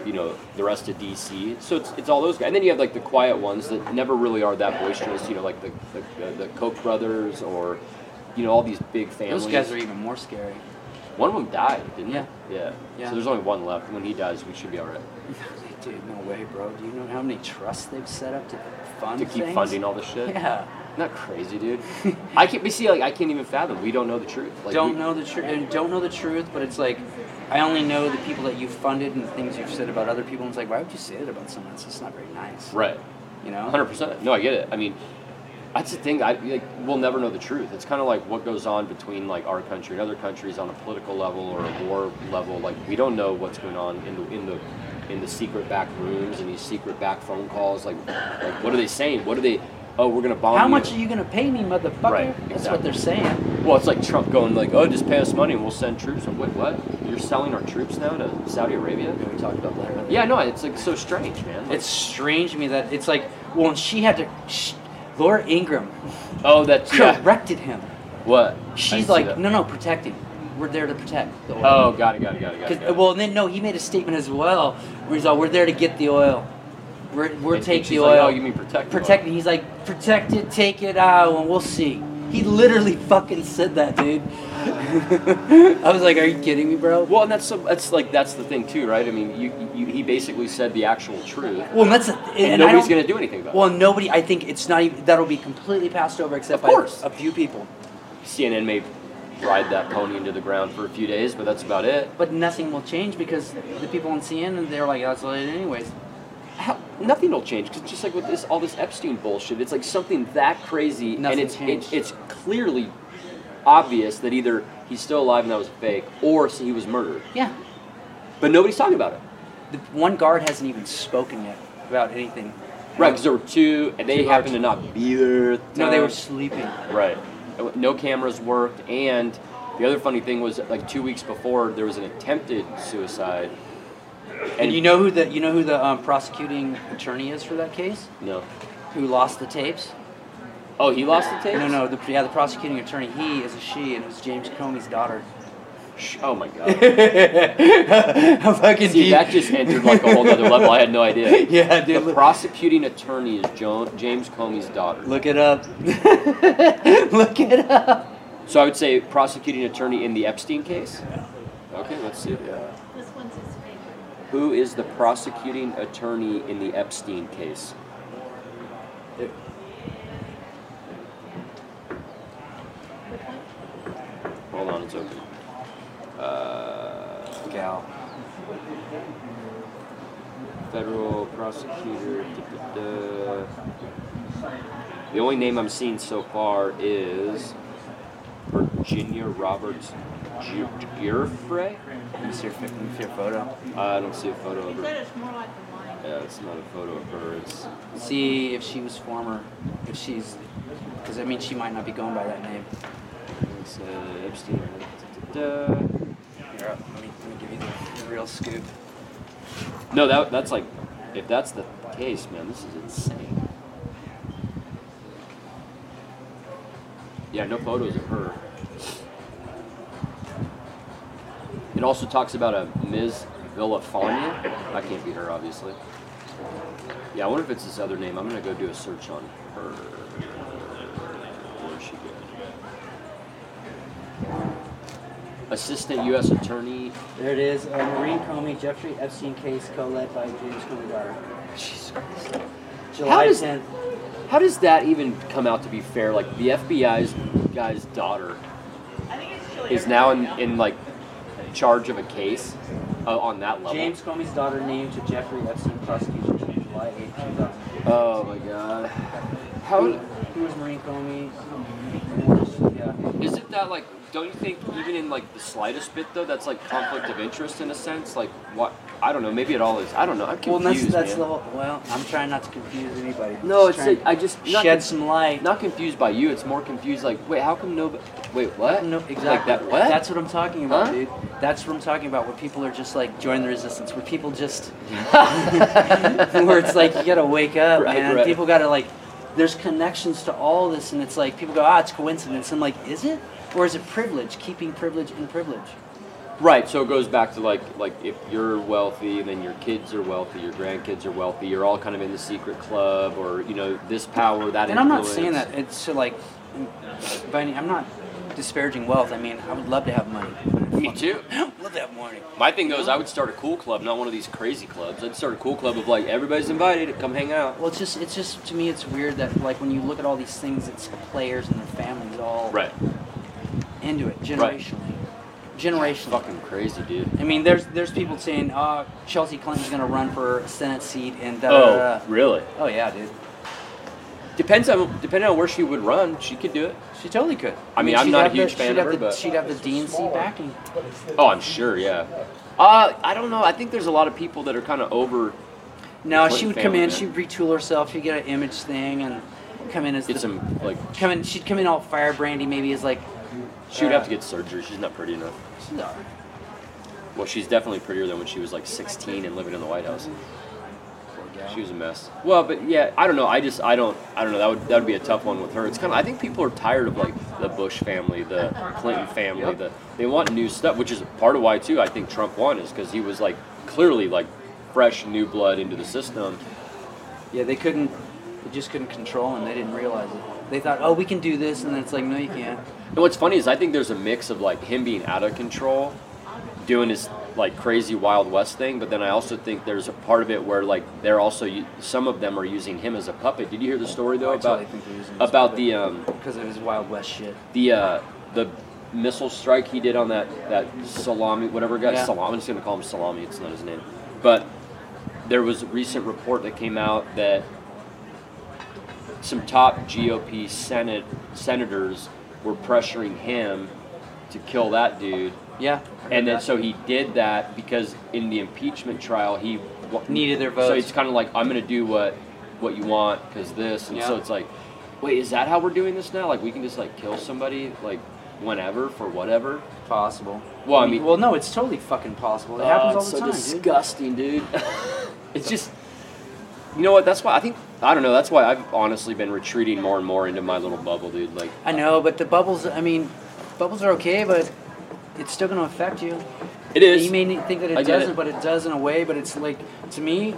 S2: you know the rest of DC. So it's, it's all those guys, and then you have like the quiet ones that never really are that boisterous. You know, like the the, the, the Koch brothers or you know all these big families.
S1: Those guys are even more scary.
S2: One of them died, didn't
S1: Yeah.
S2: they? Yeah.
S1: Yeah.
S2: So there's only one left. When he dies, we should be all right
S1: Dude, no way, bro. Do you know how many trusts they've set up to fund
S2: to keep
S1: things?
S2: funding all this shit.
S1: Yeah.
S2: Isn't that crazy, dude? I can't. We see, like, I can't even fathom. We don't know the truth. Like,
S1: don't
S2: we-
S1: know the truth and don't know the truth, but it's like I only know the people that you've funded and things you've said about other people. And it's like, why would you say that about someone else? It's not very nice.
S2: Right.
S1: You know?
S2: hundred percent. No, I get it. I mean, that's the thing. I like we'll never know the truth. It's kind of like what goes on between like our country and other countries on a political level or a war level. Like we don't know what's going on in the in the in the secret back rooms and these secret back phone calls. Like, like what are they saying? What are they? Oh, we're gonna bomb.
S1: How
S2: you.
S1: much are you gonna pay me, motherfucker?
S2: Right,
S1: That's what
S2: exactly.
S1: they're saying.
S2: Well, it's like Trump going like, oh, just pay us money and we'll send troops. And wait, what? You're selling our troops now to Saudi Arabia?
S1: We talked about that earlier.
S2: Yeah, no, it's like so strange, man. Like,
S1: It's strange to me that it's like, well, when she had to, sh- Laura Ingram
S2: oh, that's yeah.
S1: corrected him.
S2: What? I didn't
S1: She's
S2: see
S1: like,
S2: that.
S1: no, no, protect him. We're there to protect the oil.
S2: Oh, got it, got it, got it, got
S1: 'Cause-
S2: it. got it.
S1: well, then no, he made a statement as well where he's all, we're there to get the oil. We're, we're
S2: And-
S1: take
S2: and
S1: the
S2: she's like,
S1: oil.
S2: oh, you mean protect? the
S1: protect me. He's like, protect it, take it out, and we'll see. He literally fucking said that, dude. I was like, are you kidding me, bro?
S2: oil. Well, and that's so, that's like that's the thing too, right? I mean, you, you he basically said the actual truth,
S1: Well, and that's the, and,
S2: and,
S1: I
S2: nobody's
S1: don't-
S2: gonna do anything about
S1: Well, nobody. I think it's not even that'll be completely passed over except
S2: Of course.
S1: by a few people,
S2: it. CNN may ride that pony into the ground for a few days, but that's about it.
S1: but nothing will change because the people on CNN they're like, that's what it anyways.
S2: How, nothing will change because just like with this all this Epstein bullshit, it's like something that crazy,
S1: Nothing
S2: and it's
S1: changed.
S2: it, it's clearly obvious that either he's still alive and that was fake, or he was murdered.
S1: Yeah,
S2: But nobody's talking about it,
S1: the one guard hasn't even spoken yet about anything.
S2: right? Because there were two, and they
S1: Two
S2: happened to not be there. at the
S1: No, they were
S2: time.
S1: sleeping.
S2: Right. No cameras worked, and the other funny thing was like two weeks before there was an attempted suicide.
S1: And you know who the you know who the um, prosecuting attorney is for that case?
S2: No.
S1: Who lost the tapes?
S2: Oh, he lost the tape.
S1: No, no, the, yeah, the prosecuting attorney, he is a she, and it was James Comey's daughter.
S2: Sh- Oh my god.
S1: How fucking
S2: See,
S1: deep-
S2: that just entered like a whole other level. I had no idea.
S1: Yeah, dude.
S2: The
S1: look-
S2: prosecuting attorney is jo- James Comey's daughter.
S1: Look it up. look it up.
S2: So I would say prosecuting attorney in the Epstein case. Okay, let's see.
S4: This one's his favorite.
S2: Who is the prosecuting attorney in the Epstein case? Hold on, it's open. Uh,
S1: Gal.
S2: federal prosecutor. da, da, da. The only name I'm seeing so far is Virginia Roberts Gi- Giuffre.
S1: Let me see your, pic- let me see your photo.
S2: I don't see a photo of
S4: He
S2: her.
S4: said it's more like a wine.
S2: Yeah, it's not a photo of her. It's
S1: See if she was former, if she's, because I mean, she might not be going by that name.
S2: It's uh, Epstein. Da, da, da.
S1: Here, let me, let me give you the, the real scoop.
S2: No, that that's like, if that's the case, man, this is insane. Yeah, no photos of her. It also talks about a Ms. Villafania. That can't be her, obviously. Yeah, I wonder if it's this other name. I'm gonna go do a search on her. Where's she going? Assistant U.S. Attorney
S1: There it is. Uh, Maureen Comey, Jeffrey Epstein case co-led by James Comey daughter. Jesus Christ. July
S2: does-
S1: 10th.
S2: How does that even come out to be fair? Like the FBI's guy's daughter
S3: I think it's chili.
S2: is now in, in like charge of a case uh, on that level.
S1: James Comey's daughter named to Jeffrey Epstein prosecution in July 8, 2000.
S2: Oh my God. How
S1: Who was Maureen Comey? Yeah.
S2: isn't that like? Don't you think even in like the slightest bit though, that's like conflict of interest in a sense? Like what? I don't know. Maybe it all is. I don't know. I'm
S1: Well,
S2: confused.
S1: that's that's
S2: man.
S1: the whole. Well, I'm trying not to confuse anybody.
S2: No,
S1: Just
S2: it's a-
S1: trying to
S2: I just- not
S1: shed
S2: conf-
S1: some light.
S2: not confused by you. It's more confused. Like, wait, how come nobody? Wait, what?
S1: No, exactly.
S2: Like that? What?
S1: That's what I'm talking about,
S2: Huh?
S1: dude. That's what I'm talking about. Where people are just like join the resistance. Where people just where it's like you gotta wake up,
S2: Right,
S1: man.
S2: right.
S1: People gotta like. There's connections to all this, and it's like people go, ah, it's coincidence. I'm like, is it? Or is it privilege? Keeping privilege in privilege.
S2: Right, so it goes back to like like if you're wealthy, then your kids are wealthy, your grandkids are wealthy, you're all kind of in the secret club, or you know this power that.
S1: And I'm not
S2: influence.
S1: saying that it's to like, by any, I'm not disparaging wealth. I mean, I would love to have money.
S2: Me too.
S1: love that money.
S2: My thing though is I would start a cool club, not one of these crazy clubs. I'd start a cool club of like everybody's invited, come hang out.
S1: Well, it's just, it's just to me, it's weird that like when you look at all these things, it's players and their families all
S2: Right.
S1: into it generationally. Generationally.
S2: Fucking crazy, dude.
S1: I mean, there's there's people saying, uh, Chelsea Clinton's gonna run for Senate seat and da da da.
S2: Oh, really?
S1: Oh yeah, dude.
S2: Depends on depending on where she would run, she could do it.
S1: She totally could.
S2: I mean, I'm
S1: she'd
S2: not a
S1: have the-
S2: huge fan
S1: she'd
S2: of
S1: have
S2: her,
S1: the-
S2: but-
S1: she'd have the DNC backing.
S2: Oh, I'm sure, yeah. Uh, I don't know. I think there's a lot of people that are kind of over.
S1: No,
S2: Clinton
S1: she would come
S2: family,
S1: in.
S2: man.
S1: She'd retool herself. She'd get an image thing and come in as
S2: Get
S1: the,
S2: some um, like
S1: come in. She'd come in all firebrandy, maybe as like
S2: she would have to get surgery. She's not pretty enough.
S1: she's all right.
S2: Well, she's definitely prettier than when she was like 16 and living in the White House. She was a mess. Well, but yeah, I don't know. I just I don't I don't know. That would that would be a tough one with her. It's kind of I think people are tired of like the Bush family, the Clinton family. The they want new stuff, which is part of why too I think Trump won is because he was like clearly like fresh new blood into the system.
S1: Yeah, they couldn't. They just couldn't control him. They didn't realize it. They thought, oh, we can do this, and then it's like, no, you can't.
S2: And what's funny is I think there's a mix of like him being out of control, doing his like crazy Wild West thing, but then I also think there's a part of it where like they're also u- some of them are using him as a puppet. Did you hear the story though
S1: Oh, I totally
S2: about
S1: think they're using his
S2: about
S1: puppet.
S2: the um
S1: Because of his Wild West shit.
S2: the uh, the missile strike he did on that that salami whatever guy
S1: Yeah.
S2: salami I'm just gonna call him salami it's not his name but there was a recent report that came out that some top GOP senate senators were pressuring him to kill that dude
S1: Yeah.
S2: and then so he did that because in the impeachment trial he wa-
S1: Needed their
S2: so
S1: votes.
S2: it's kind of like I'm gonna do what what you want because this, and so
S1: Yeah.
S2: it's like, wait, is that how we're doing this now? Like we can just like kill somebody like whenever for whatever.
S1: possible.
S2: Well, I mean-
S1: well, no, it's totally fucking possible. It
S2: Oh,
S1: happens all
S2: it's
S1: the
S2: so
S1: time, dude.
S2: disgusting, dude. it's just, you know what? That's why I think I don't know. That's why I've honestly been retreating more and more into my little bubble, dude. Like
S1: I know, but the bubbles. I mean, bubbles are okay, but it's still gonna affect you.
S2: it is.
S1: You may ne- think that
S2: I
S1: it
S2: get it.
S1: doesn't, but it does in a way. But it's like to me,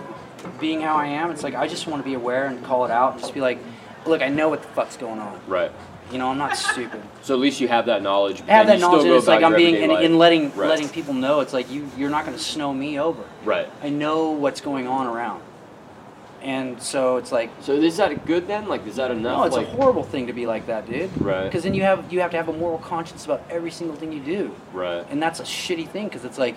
S1: being how I am, it's like I just want to be aware and call it out and just be like, look, I know what the fuck's going on.
S2: right.
S1: You know, I'm not stupid.
S2: So at least you have that knowledge. but
S1: I have
S2: then
S1: that
S2: you
S1: knowledge,
S2: still
S1: and
S2: go
S1: it's like
S2: about
S1: I'm
S2: your
S1: being and,
S2: everyday life.
S1: and letting
S2: Right.
S1: letting people know it's like you you're not gonna snow me over.
S2: right.
S1: I know what's going on around, and so it's like
S2: So is that a good then? Like is that enough?
S1: no, it's
S2: like,
S1: a horrible thing to be like that, dude.
S2: Right.
S1: Because then you have you have to have a moral conscience about every single thing you do,
S2: right.
S1: and that's a shitty thing because it's like.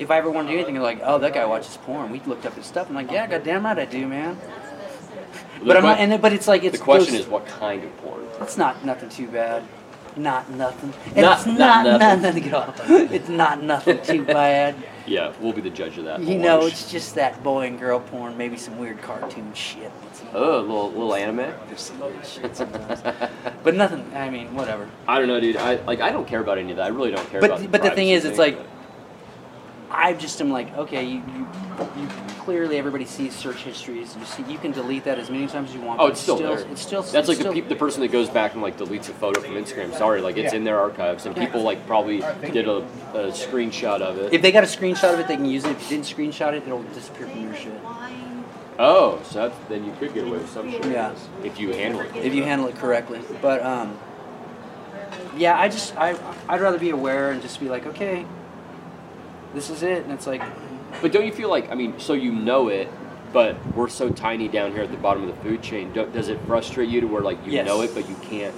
S1: If I ever want to do anything, they're like, "Oh, that guy watches porn. We looked up his stuff." I'm like, "Yeah, goddamn right I do, man." But I'm not, and then- but it's like it's
S2: the question
S1: those-
S2: is what kind of porn?
S1: It's not nothing too bad. Not nothing.
S2: Not-
S1: it's
S2: not
S1: not,
S2: nothing.
S1: nothing. at all. It's not nothing too bad.
S2: Yeah, we'll be the judge of that.
S1: you
S2: We'll
S1: know,
S2: watch.
S1: it's just that boy and girl porn, maybe some weird cartoon shit. It's-
S2: oh, a little little anime.
S1: There's some weird shit sometimes. but nothing. I mean, whatever.
S2: I don't know, dude. I like I don't care about any of that. I really don't care
S1: But
S2: about.
S1: th- but the thing
S2: privacy
S1: is, it's like- I just am like, okay, you, you, you clearly everybody sees search histories. You see, you can delete that as many times as you want.
S2: Oh,
S1: but
S2: it's still there.
S1: It's still.
S2: that's like
S1: it's
S2: the
S1: still-
S2: peop the person that goes back and like deletes a photo from Instagram. Sorry, like it's in their archives, and people like probably did a, a screenshot of it.
S1: If they got a screenshot of it, they can use it. If you didn't screenshot it, it'll disappear from your shit.
S4: Wine,
S2: Oh, so that's, then you could get away with some shit.
S1: Yeah.
S2: If you handle it.
S1: if you handle it correctly. But um, yeah, I just I I'd rather be aware and just be like, okay, this is it, and it's like,
S2: But don't you feel like I mean, so you know it, but we're so tiny down here at the bottom of the food chain. do does it frustrate you to where like you
S1: Yes.
S2: know it, but you can't?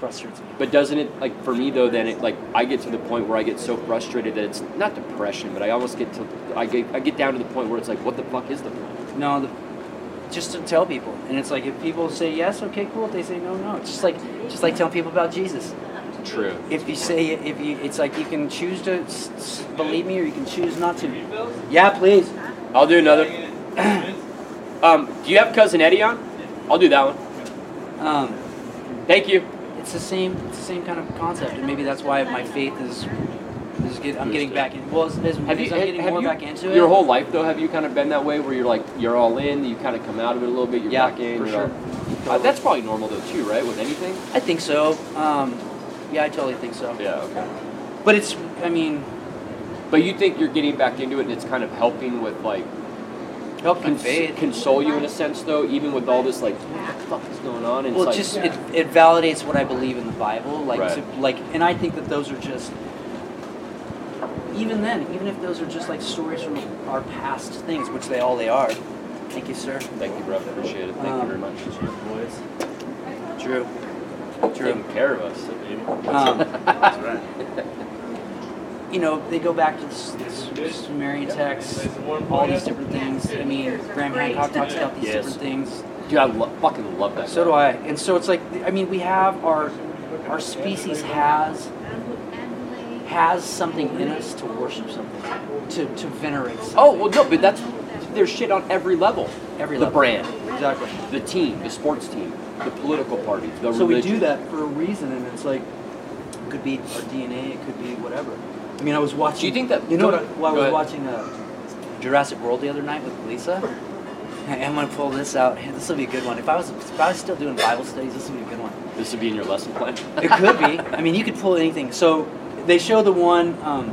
S1: frustrates me.
S2: But doesn't it like for me though? Then it like I get to the point where I get so frustrated that it's not depression, but I almost get to I get I get down to the point where it's like, what the fuck is the point?
S1: No, the, just to tell people, and it's like if people say yes, okay, cool. If they say no, no, it's just like just like telling people about Jesus.
S2: True.
S1: if you say it, if you, it's like you can choose to s- s- believe me or you can choose not to. Yeah, please.
S2: I'll do another. um, do you have cousin Eddie on? I'll do that one.
S1: Um,
S2: Thank you.
S1: it's the same, it's the same kind of concept, and maybe that's why my faith is, is get, I'm getting back in. Well, as, as,
S2: Have you
S1: as I'm getting
S2: have
S1: more
S2: you,
S1: back into it.
S2: Your whole life though, have you kind of been that way where you're like you're all in, you kind of come out of it a little bit, you're
S1: Yeah,
S2: back in.
S1: for
S2: you're all-
S1: sure.
S2: Uh, that's probably normal though too, right? With anything.
S1: I think so. Um, yeah, I totally think so.
S2: Yeah. Okay.
S1: But it's, I mean,
S2: But you think you're getting back into it, and it's kind of helping with like
S1: help
S2: cons-
S1: convey. it.
S2: console you in a sense though, even with all this like what the fuck is going on. And
S1: Well, it
S2: it's
S1: just
S2: like,
S1: it, it validates what I believe in the Bible, like
S2: Right.
S1: to, like, and I think that those are just. Even then, even if those are just like stories from our past things, which they all they are. Thank you, sir.
S2: Thank you, bro. Appreciate it. Thank
S1: Um,
S2: you very much. Boys,
S1: Drew.
S2: taking care of us.
S1: Um, you know, they go back to this, this Sumerian text, all these different things. I mean, Graham Hancock talks about these
S2: Yes.
S1: different things.
S2: Dude, I lo- fucking love that.
S1: So do
S2: guy.
S1: I. And so it's like, I mean, we have our our species has has something in us to worship something, to to venerate. Something.
S2: Oh well, no, but that's there's shit on every level.
S1: every
S2: the
S1: level.
S2: brand,
S1: exactly.
S2: the team, the sports team, the political party, the
S1: So we
S2: religion.
S1: do that for a reason, and it's like it could be our DNA, it could be whatever. I mean, I was watching.
S2: Do you think that-
S1: You know what? I,
S2: don't-
S1: well, I
S2: go
S1: was watching
S2: ahead.
S1: uh, Jurassic World the other night with Lisa. I'm gonna pull this out. Hey, this will be a good one. If I was if I was still doing Bible studies, this would be a good one.
S2: This would be in your lesson plan.
S1: It could be. I mean, you could pull anything. So they show the one, um,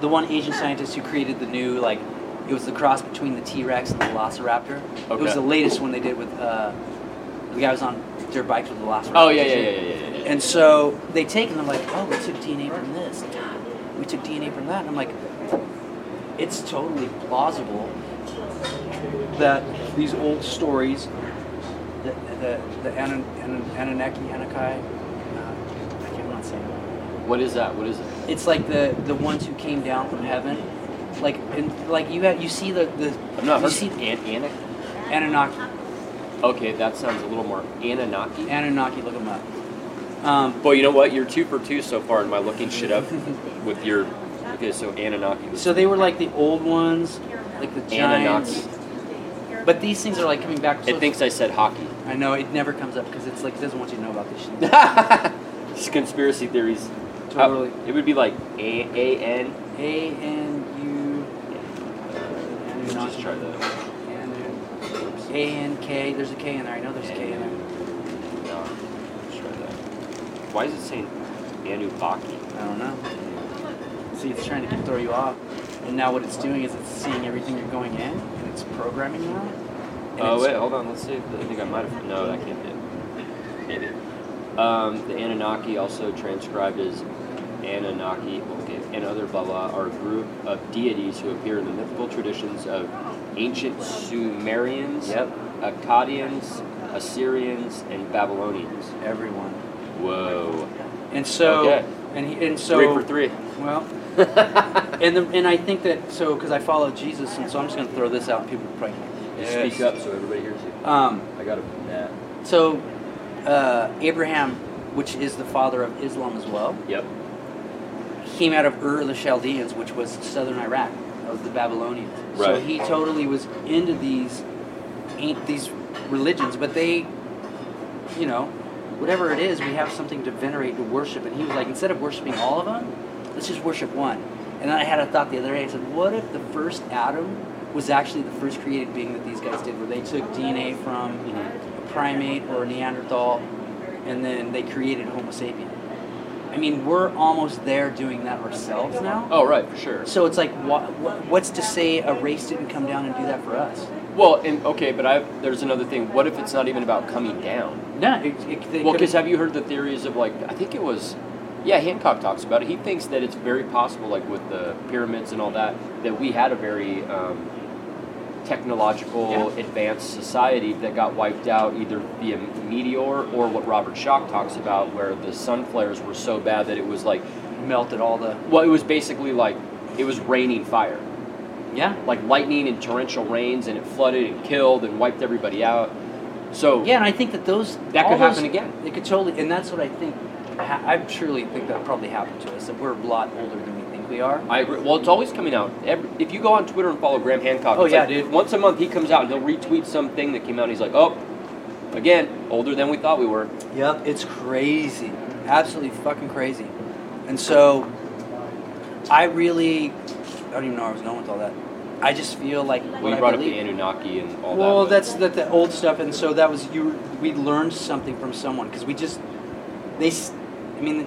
S1: the one Asian scientist who created the new like, it was the cross between the T Rex and the Velociraptor. It was
S2: Okay.
S1: the latest one they did with uh, the guy was on their bikes with the Velociraptor.
S2: oh yeah, yeah, yeah, yeah, yeah. yeah.
S1: And so they take it and I'm like, oh, we took DNA from this. God, we took DNA from that. And I'm like, it's totally plausible that these old stories, the the, the Anan, Anan, Anunnaki, Anakai, uh, I cannot say. it.
S2: what is that? What is it?
S1: It's like the the ones who came down from heaven, like and like you have you see the the
S2: I've not
S1: you
S2: heard.
S1: see
S2: An- Anak-
S1: Anunnaki.
S2: Okay, that sounds a little more Anunnaki.
S1: Anunnaki, look them up. Um,
S2: Boy, you know what? You're two for two so far in my looking shit up with your. Okay, so Anunnaki.
S1: so they were like the old ones, like the giants.
S2: Anunnaki.
S1: But these things are like coming back. so
S2: It thinks I said hockey.
S1: it's- I know it never comes up because it's like it doesn't want you to know about this shit.
S2: It's conspiracy theories. How-
S1: Totally.
S2: it would be like A A N.
S1: A N U.
S2: Just try that.
S1: Anu- A N K. There's a K in there. I know there's a K in there.
S2: No, just try that. Why is it saying Anunnaki?
S1: I don't know. See, it's trying to keep- throw you off. And now what it's doing is it's seeing everything you're going in and it's programming you. And
S2: Oh
S1: it's-
S2: wait, hold on. Let's see. if- I think I might have. No, that can't be. It. Maybe. Um, the Anunnaki, also transcribed as Anunnaki, okay, and other blah blah, are a group of deities who appear in the mythical traditions of ancient Sumerians,
S1: Yep.
S2: Akkadians, Assyrians, and Babylonians.
S1: Everyone.
S2: Whoa.
S1: And so.
S2: Okay.
S1: And he, and so.
S2: three for three.
S1: Well, and the, and I think that so because I follow Jesus, and so I'm just gonna throw this out. and People probably.
S2: Just speak up so everybody hears you.
S1: Um,
S2: I got a that.
S1: so uh, Abraham, which is the father of Islam as well,
S2: Yep.
S1: came out of Ur of the Chaldeans, which was southern Iraq. That was the Babylonians. So
S2: Right.
S1: he totally was into these ain't these religions, but they, you know, whatever it is, we have something to venerate to worship. And he was like, instead of worshiping all of them, let's just worship one. And then I had a thought the other day. I said, what if the first Adam was actually the first created being that these guys did, where they took DNA from a primate or a Neanderthal, and then they created Homo sapien. I mean, we're almost there doing that ourselves now.
S2: Oh right, for sure.
S1: So it's like, wha wha- what's to say a race didn't come down and do that for us?
S2: Well, and okay, but I there's another thing. What if it's not even about coming down?
S1: No, it, it, they
S2: Well,
S1: could've-
S2: because have you heard the theories of like I think it was, yeah, Hancock talks about it. He thinks that it's very possible, like with the pyramids and all that, that we had a very um, technological, advanced society that got wiped out either via meteor or what Robert Schock talks about, where the sun flares were so bad that it was like,
S1: melted all the.
S2: well, it was basically like it was raining fire
S1: Yeah.
S2: like lightning and torrential rains, and it flooded and killed and wiped everybody out. So
S1: Yeah, and I think that those
S2: That could
S1: all those-
S2: happen again.
S1: It could totally, and that's what I think. ha- I truly think that probably happened to us. That we're a lot older than we think we are.
S2: I agree. Well, it's always coming out. Every, if you go on Twitter and follow Graham Hancock,
S1: Oh,
S2: it's
S1: yeah,
S2: like,
S1: dude.
S2: Once a month, he comes out and he'll retweet something that came out, and he's like, "Oh, again, older than we thought we were."
S1: Yep, it's crazy. Absolutely fucking crazy. And so I really I don't even know where I was going with all that. I just feel like
S2: Well,
S1: what
S2: you
S1: I
S2: brought
S1: believe-
S2: up the Anunnaki and all
S1: well,
S2: that.
S1: that's that the old stuff, and so that was you. We learned something from someone because we just they. s- I mean,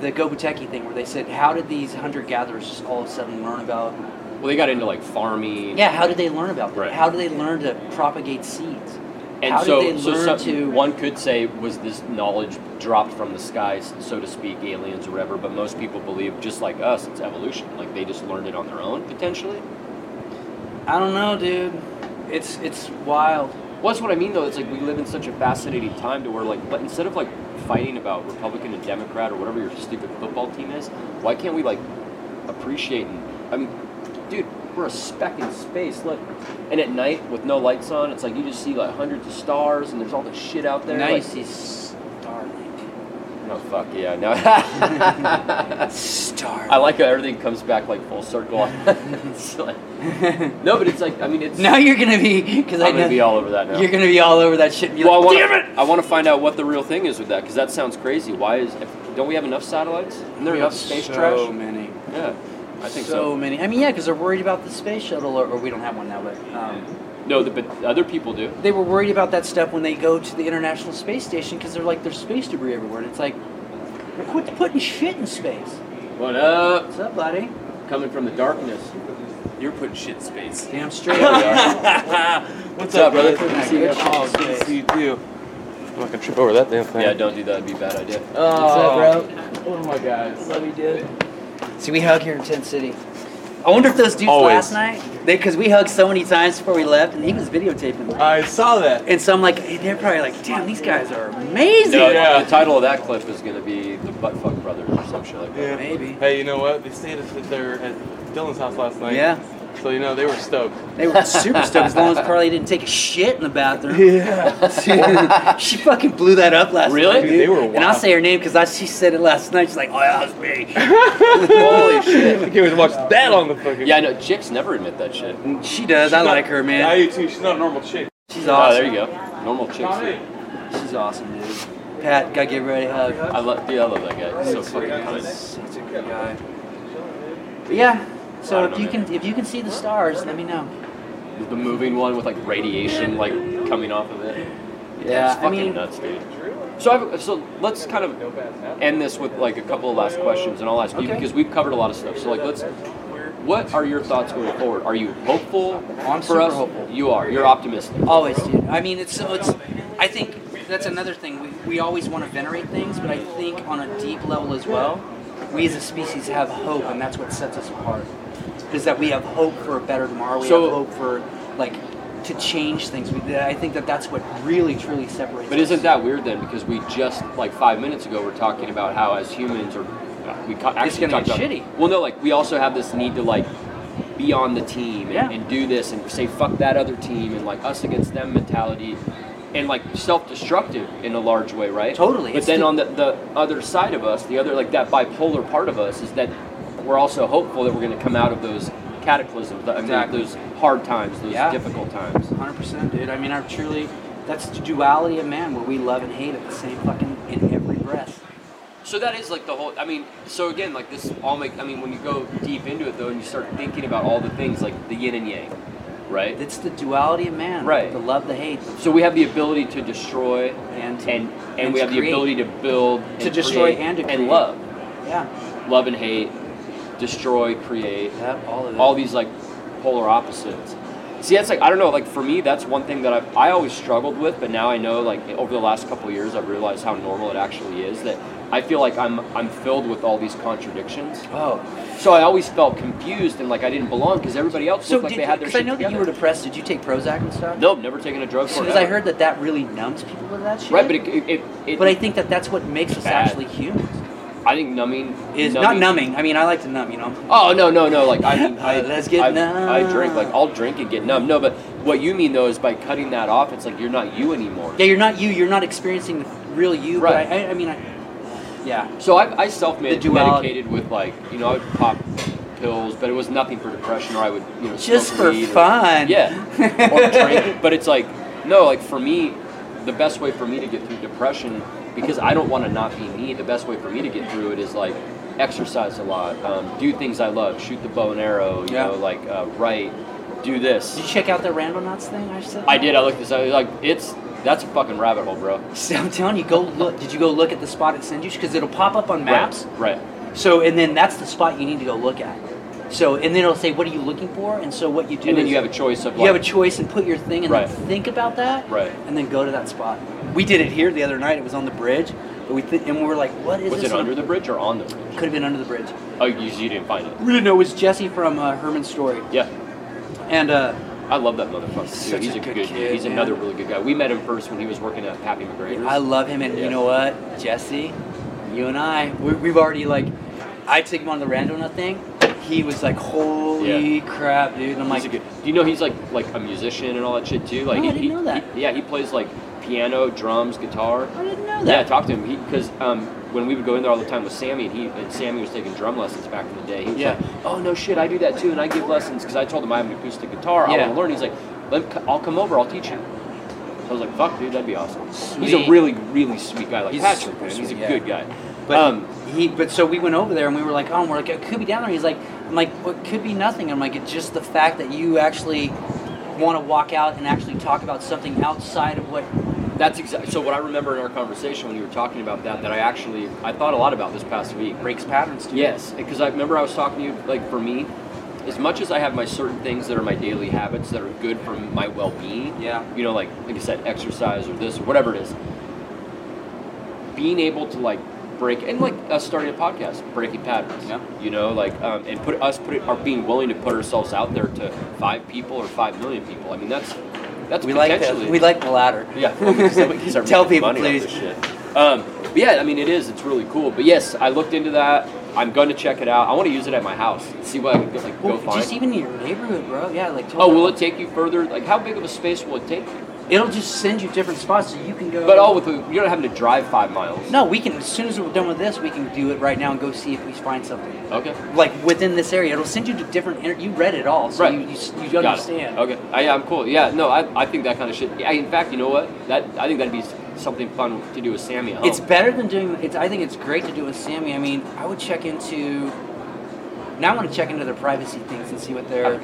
S1: the, the Gobuteki thing where they said, "How did these hunter gatherers just all of a sudden learn about?
S2: but- well, they got into like farming.
S1: Yeah, how did they learn about that?
S2: Right.
S1: How did they learn to propagate seeds?
S2: And
S1: how
S2: so,
S1: did they
S2: so
S1: learn
S2: some-
S1: to?
S2: one could say was this knowledge dropped from the skies, so to speak, aliens or whatever. But most people believe, just like us, it's evolution. Like they just learned it on their own, potentially.
S1: I don't know, dude. It's it's wild.
S2: Well, that's what I mean, though. It's like we live in such a fascinating time to where, like, but instead of like fighting about Republican and Democrat or whatever your stupid football team is, why can't we like appreciate? And, I mean, dude, we're a speck in space. Look, and at night with no lights on, it's like you just see like hundreds of stars, and there's all this shit out there.
S1: now
S2: like-
S1: you see Starlink.
S2: No fuck yeah. No.
S1: Starlink.
S2: I like how everything comes back like full circle. It's like- no, but it's like I mean it's.
S1: now you're gonna be because I
S2: I'm
S1: know
S2: gonna be all over that now.
S1: you're gonna be all over that shit. And be
S2: Well, I
S1: like,
S2: wanna,
S1: Damn it!
S2: I want to find out what the real thing is with that because that sounds crazy. Why is if, don't we have enough satellites? Isn't there
S1: We
S2: enough
S1: have
S2: space
S1: so
S2: trash?
S1: many.
S2: Yeah, I think
S1: so,
S2: so.
S1: many. I mean, yeah, because they're worried about the space shuttle, or, or we don't have one now, but um,
S2: No, the, but other people do.
S1: they were worried about that stuff when they go to the International Space Station because they're like there's space debris everywhere, and it's like, well, quit putting shit in space.
S2: What up?
S1: What's up, buddy?
S2: Coming from the darkness. You're putting shit in space.
S1: Damn straight.
S2: There we are.
S7: What's
S2: up, brother?
S1: Yeah,
S7: See you.
S1: good shit in
S7: Oh, good to
S1: space.
S7: see you too. I'm not gonna trip over that damn thing.
S2: yeah, don't do that. It'd be a bad idea.
S7: Oh, bro? One of my guys.
S1: Love you, dude. See, we hug here in Tent City. I wonder if those dudes last
S7: Always.
S1: night, they because we hugged so many times before we left, and he was videotaping.
S7: I saw that.
S1: And so I'm like, hey, they're probably like, damn, these guys are amazing.
S2: No,
S7: Yeah.
S2: the title of that clip is gonna be the Buttfuck Brothers or some shit like that.
S7: Yeah.
S1: Maybe.
S7: Hey, you know what? They stayed at their at Dylan's house last night.
S1: Yeah.
S7: So you know they were stoked.
S1: They were super stoked as long as Carly didn't take a shit in the bathroom.
S7: Yeah.
S1: she fucking blew that up last
S2: Really?
S1: night.
S7: Dude,
S1: dude.
S7: they were
S1: And I'll
S7: wild.
S1: say her name because she said it last night. She's like, oh, yeah, that was me.
S2: Holy
S7: I
S2: shit!
S7: can't wait to watch that on the fucking.
S2: Yeah, I know chicks never admit that shit.
S1: And she does. I like her, man.
S7: I do too. She's not a normal chick.
S1: She's
S2: Oh,
S1: awesome.
S2: there you go. Normal chicks.
S7: Not me.
S2: dude.
S1: She's awesome, dude. Pat, gotta give everybody a hug.
S2: I love, dude. I love that guy. He's so fucking kind.
S1: Such a good guy. But yeah. So
S2: I don't
S1: if you
S2: know,
S1: can if you can see the stars, let me know.
S2: The moving one with like radiation like coming off of it.
S1: Yeah,
S2: it's
S1: I
S2: fucking
S1: mean-
S2: nuts, dude. So I've, so let's kind of end this with like a couple of last questions, and I'll ask you
S1: Okay.
S2: because we've covered a lot of stuff. So like, let's. What are your thoughts going forward? Are you hopeful
S1: I'm
S2: for
S1: super
S2: us?
S1: hopeful.
S2: You are. You're optimistic.
S1: Always, dude. I mean, it's so it's. I think that's another thing. We, we always want to venerate things, but I think on a deep level as well, we as a species have hope, and that's what sets us apart. Is that we have hope for a better tomorrow. We
S2: So-
S1: have hope for like to change things. We, I think that that's what really truly separates.
S2: But
S1: us.
S2: isn't that weird then? Because we just like five minutes ago were talking about how as humans or we co- actually
S1: gonna
S2: talked
S1: get
S2: about
S1: shitty.
S2: well, no, like we also have this need to like be on the team and,
S1: Yeah.
S2: and do this and say fuck that other team and like us against them mentality and like self-destructive in a large way, right?
S1: Totally.
S2: But
S1: It's
S2: then
S1: the-
S2: on the, the other side of us, the other like that bipolar part of us is that we're also hopeful that we're going to come out of those cataclysms, I mean,
S1: Exactly.
S2: those hard times, those
S1: Yeah.
S2: difficult times.
S1: Hundred percent, dude. I mean, I'm truly. That's the duality of man, where we love and hate at the same fucking in every breath.
S2: So that is like the whole. I mean, so again, like this all make. I mean, when you go deep into it though, and you start thinking about all the things like the yin and yang, right?
S1: It's the duality of man.
S2: Right.
S1: The love, the hate,
S2: So we have the ability to destroy,
S1: and
S2: and and
S1: And
S2: we
S1: to
S2: have the
S1: create.
S2: ability to build,
S1: To
S2: and
S1: destroy
S2: create
S1: and to
S2: and
S1: create.
S2: love,
S1: yeah,
S2: love and hate, destroy, create,
S1: yeah, all of it.
S2: all these like polar opposites. See, that's like I don't know. Like for me, that's one thing that I've I always struggled with, but now I know like over the last couple of years, I've realized how normal it actually is. That I feel like I'm I'm filled with all these contradictions.
S1: Oh,
S2: So I always felt confused and like I didn't belong because everybody else
S1: so
S2: looked like
S1: did
S2: they had their
S1: because I
S2: shit
S1: know that you
S2: together.
S1: were depressed. Did you take Prozac and stuff?
S2: Nope, never taken a drug for
S1: Because I heard that that really numbs people to that shit.
S2: Right, but it, it, it, it-
S1: But I think that that's what makes us
S2: Bad.
S1: actually humans.
S2: I think numbing
S1: Is not numbing. I mean, I like to numb. You know.
S2: Oh no no no! Like I mean,
S1: Uh,
S2: I,
S1: let's get
S2: I,
S1: numb.
S2: I drink like I'll drink and get numb. No, but what you mean though is by cutting that off, it's like you're not you anymore.
S1: Yeah, you're not you. You're not experiencing the real you.
S2: Right.
S1: But I, I, I mean, I, Yeah.
S2: So I, I
S1: The duality.
S2: self-medicated with like, you know, I would pop pills, but it was nothing for depression, or I would, you know,
S1: Just
S2: smoke
S1: for
S2: weed or-
S1: fun.
S2: yeah, or drink. But it's like, no, like for me, the best way for me to get through depression, because I don't want to not be me. The best way for me to get through it is like exercise a lot, um, do things I love, shoot the bow and arrow, you
S1: Yeah.
S2: know, like uh, write, do this.
S1: Did you check out the Randonauts thing I said?
S2: I did. I looked this up. Like it's that's a fucking rabbit hole, bro.
S1: So I'm telling you, go look. Did you go look at the spot it sends you? Because it'll pop up on maps.
S2: Right. right.
S1: So, and then that's the spot you need to go look at. So, and then it'll say, what are you looking for? And so what you do
S2: And then
S1: is
S2: you have a choice of like,
S1: you have a choice and put your thing and
S2: Right.
S1: then think about that.
S2: Right.
S1: And then go to that spot. We did it here the other night. It was on the bridge. But we th- and we were like, what is
S2: was
S1: this?
S2: it under the bridge or on the bridge?
S1: Could have been under the bridge.
S2: Oh, you, you didn't find it.
S1: We didn't know it was Jesse from uh, Herman's Story.
S2: Yeah,
S1: And uh,
S2: I love that motherfucker.
S1: He's
S2: dude.
S1: such
S2: he's
S1: a
S2: a,
S1: good
S2: good,
S1: kid,
S2: dude. He's
S1: man.
S2: another really good guy. We met him first when he was working at Pappy McGrader's.
S1: I love him, and you
S2: Yeah.
S1: know what, Jesse, you and I, we, we've already like, I took him on the Randona thing. He was like, holy crap, dude! And I'm like,
S2: He's a good. Do you know he's like like a musician and all that shit too? Like
S1: No, Oh, I
S2: he,
S1: didn't
S2: he-
S1: know that.
S2: he- yeah, he plays like piano, drums, guitar.
S1: I didn't know
S2: Yeah, I
S1: that.
S2: talked to him because um, when we would go in there all the time with Sammy, and he and Sammy was taking drum lessons back in the day. He was
S1: Yeah.
S2: like, "Oh no, shit, I do that too, and I give lessons because I told him I have an acoustic guitar. I
S1: Yeah.
S2: want to learn." He's like, Let, c- "I'll come over, I'll teach you." So I was like, "Fuck, dude, that'd be awesome." He's
S1: Sweet.
S2: a really, really sweet guy, like
S1: He's
S2: Patrick,
S1: super
S2: man. He's a
S1: sweet, yeah.
S2: good guy.
S1: But
S2: um,
S1: he, but so we went over there and we were like, oh, and we're like, it could be down there. He's like, I'm like, well, it could be nothing. I'm like, it's just the fact that you actually want to walk out and actually talk about something outside of what.
S2: That's exactly. So what I remember in our conversation when you were talking about that, that I actually I thought a lot about this past week.
S1: Breaks patterns, dude.
S2: Yes, because I remember I was talking to you. Like for me, as much as I have my certain things that are my daily habits that are good for my well-being.
S1: Yeah.
S2: You know, like like you said, exercise or this or whatever it is. Being able to like break and like us starting a podcast, breaking patterns.
S1: Yeah.
S2: You know, like um, and put us put it are being willing to put ourselves out there to five people or five million people. I mean that's that's
S1: We like
S2: potentially
S1: the, we like the latter.
S2: yeah, well, because then we can start
S1: Tell
S2: making
S1: people,
S2: money off
S1: please.
S2: this shit. Um, but yeah, I mean, it is. It's really cool. But yes, I looked into that. I'm going to check it out. I want to use it at my house. See what I can go, like,
S1: Well,
S2: go find.
S1: just even your neighborhood, bro. Yeah, like.
S2: oh, will it take you further? Like, how big of a space will it take? you?
S1: It'll just send you different spots so you can go.
S2: But all with the, you're not having to drive five miles.
S1: No, we can. As soon as we're done with this, we can do it right now and go see if we find something.
S2: Okay.
S1: Like within this area, it'll send you to different. Inter- you read it all, so
S2: Right.
S1: you, you, s- you
S2: Got it.
S1: understand.
S2: Okay. I, yeah, I'm cool. Yeah. No, I, I think that kind of shit. I, in fact, you know what? That I think that'd be s- something fun to do with Sammy. At home.
S1: It's better than doing. It's. I think it's great to do with Sammy. I mean, I would check into. Now I want to check into their privacy things and see what they're.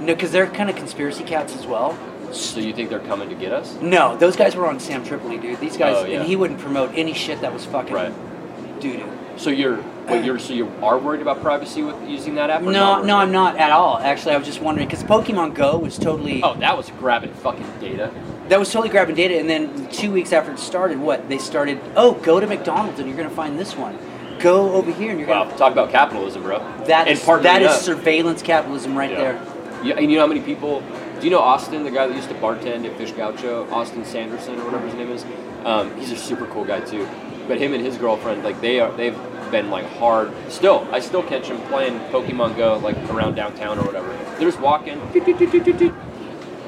S1: No, because they're kind of conspiracy cats as well.
S2: so you think they're coming to get us?
S1: No, those guys were on Sam Tripoli, dude. These guys,
S2: Oh, yeah.
S1: and he wouldn't promote any shit that was fucking
S2: Right.
S1: doo doo.
S2: So you're, but you're, so you are worried about privacy with using that app? or
S1: No,
S2: not
S1: no,
S2: worried?
S1: I'm not at all. Actually, I was just wondering because Pokemon Go was totally
S2: Oh, that was grabbing fucking data.
S1: that was totally grabbing data, and then two weeks after it started, what they started? Oh, go to McDonald's and you're gonna find this one. Go over here and you're
S2: Wow,
S1: gonna
S2: talk about capitalism, bro.
S1: that
S2: and
S1: is
S2: partnering
S1: that is
S2: up.
S1: surveillance capitalism right
S2: Yeah.
S1: there.
S2: Yeah, and you know how many people? Do you know Austin, the guy that used to bartend at Fish Gaucho, Austin Sanderson or whatever his name is? Um, he's a super cool guy too. But him and his girlfriend, like they are, they've been like hard. Still, I still catch him playing Pokemon Go like around downtown or whatever. They're just walking. doot, doot, doot, doot, doot, doot.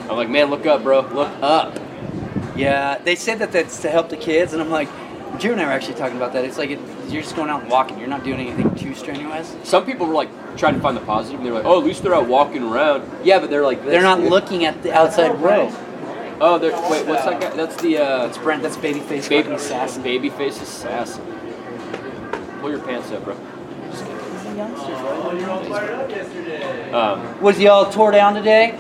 S2: I'm like, man, look up, bro, look up.
S1: Yeah, they said that that's to help the kids, and I'm like, Drew and I were actually talking about that. It's like it, you're just going out and walking. You're not doing anything too strenuous.
S2: Some people were like trying to find the positive. And they're like, oh, at least they're out walking around. Yeah, but they're like,
S1: They're not
S2: this.
S1: looking at the outside world.
S2: Oh, there. Wait, what's that guy? That's the uh,
S1: That's Brent. That's Babyface
S2: baby,
S1: fucking assassin.
S2: Babyface assassin. Pull your pants up, bro. Um,
S1: Was y'all tore down today?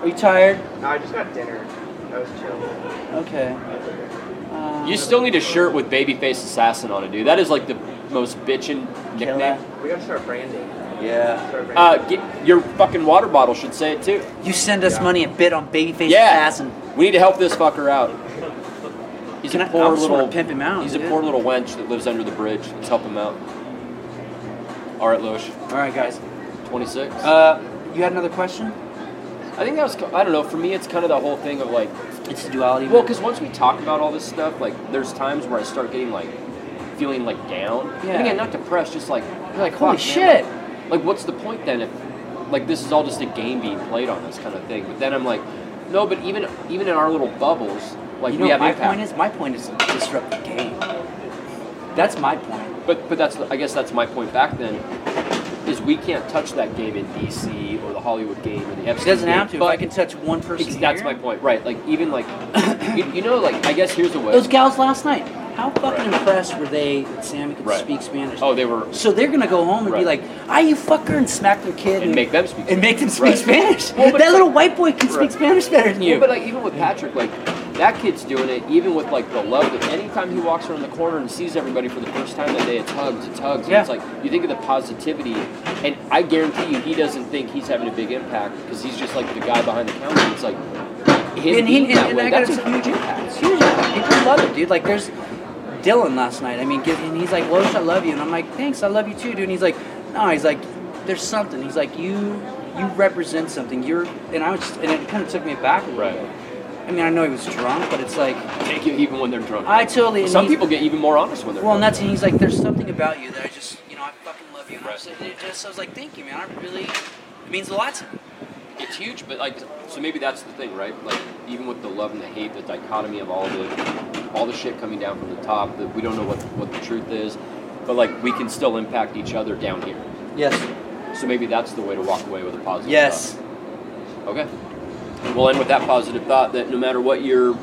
S1: Are you tired?
S6: No, I just got dinner. I was chill.
S1: Okay.
S2: you still need a shirt with Babyface assassin on it, dude. That is like the most bitchin' nickname.
S6: We gotta start branding.
S1: Yeah.
S6: Start branding.
S2: Uh, get, your fucking water bottle should say it too.
S1: You send us money a bit on Babyface
S2: yeah,
S1: Assassin.
S2: we need to help this fucker out. He's
S1: Can
S2: a
S1: I- I
S2: poor
S1: just wanna
S2: little
S1: pimp him out,
S2: He's
S1: dude.
S2: a poor little wench that lives under the bridge. Let's help him out. All right, Loesch,
S1: All right, guys.
S2: 26.
S1: Uh, you had another question?
S2: I think that was. I don't know. For me, it's kind of the whole thing of like.
S1: It's the duality.
S2: Well, because once we talk about all this stuff, like there's times where I start getting like feeling like down.
S1: Yeah.
S2: And again, not depressed, just like you're like
S1: Holy
S2: "Fuck,
S1: shit."
S2: man, like- like, what's the point then if like this is all just a game being played on this kind of thing? But then I'm like, no, but even even in our little bubbles, like
S1: you
S2: we
S1: know what
S2: have
S1: my
S2: impact.
S1: point is? My point is to disrupt the game. That's my point.
S2: But but that's I guess that's my point back then is we can't touch that game in DC or the Hollywood game or the Epstein
S1: She doesn't
S2: game,
S1: have to. If
S2: But
S1: I can touch one person,
S2: ex- that's my
S1: here-
S2: point, right? Like even like you, you know like I guess here's a way.
S1: Those gals last night. How fucking
S2: Right.
S1: impressed were they that Sammy could
S2: Right.
S1: speak Spanish?
S2: oh, they were
S1: So they're gonna go home and be like,
S2: Right.
S1: "Ah, you fucker!" and smack their kid
S2: and make them speak.
S1: and make them speak
S2: Right.
S1: Spanish.
S2: Well, but
S1: that
S2: it's
S1: little white boy can speak
S2: Right.
S1: Spanish better than you.
S2: Yeah, but like even with Patrick, like that kid's doing it. Even with like the love that anytime he walks around the corner and sees everybody for the first time that day, it's hugs, it's hugs. and It's
S1: Yeah.
S2: like you think of the positivity, and I guarantee you, he doesn't think he's having a big impact because he's just like the guy behind the counter. It's like him
S1: and,
S2: being
S1: he, and,
S2: that
S1: and
S2: way.
S1: that
S2: That's
S1: guy's
S2: a
S1: a
S2: huge
S1: huge
S2: impact.
S1: impact. It's huge. impact. People love it, dude. Like there's Dylan last night. I mean, give, and he's like, "Lois, I love you," and I'm like, "Thanks, I love you too, dude." And he's like, "No," he's like, "There's something." He's like, "You." You represent something. You're, and I was, and it kind of took me aback. a little
S2: Right.
S1: bit. I mean, I know he was drunk, but it's like,
S2: Take it even when they're drunk.
S1: I totally. and
S2: Some
S1: he's-
S2: people get even more honest when they're
S1: Well, and
S2: drunk.
S1: that's and he's like, there's something about you that I just, you know, I fucking love you. And I
S2: Right.
S1: was, it just, I was like, thank you, man. I really, it means a lot to me.
S2: it's huge, but like, so maybe that's the thing, right? Like, even with the love and the hate, the dichotomy of all the, all the shit coming down from the top, that we don't know what what the truth is, but like we can still impact each other down here.
S1: Yes.
S2: So maybe that's the way to walk away with a positive.
S1: Yes.
S2: thought. Okay. We'll end with that positive thought that no matter what your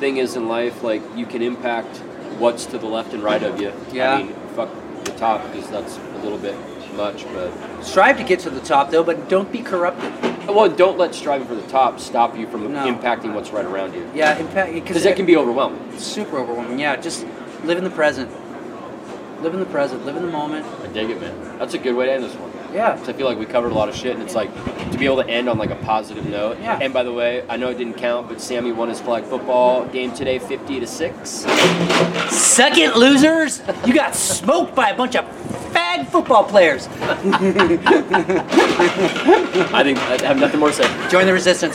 S2: thing is in life, like you can impact what's to the left and right of you.
S1: Yeah.
S2: I mean, fuck the top because that's a little bit much, but.
S1: Strive to get to the top though, but don't be corrupted.
S2: Well, don't let striving for the top stop you from
S1: No.
S2: impacting what's right around you.
S1: Yeah, in fact,
S2: Because
S1: because
S2: that can be overwhelming.
S1: it's super overwhelming. Yeah, just live in the present. Live in the present. Live in the moment.
S2: I dig it, man. That's a good way to end this one.
S1: Yeah.
S2: 'Cause I feel like we covered a lot of shit, and it's like to be able to end on like a positive note.
S1: Yeah.
S2: And by the way, I know it didn't count, but Sammy won his flag football game today, fifty to six.
S1: Suck it, losers! You got smoked by a bunch of fag football players.
S2: I think I have nothing more to say.
S1: Join the resistance.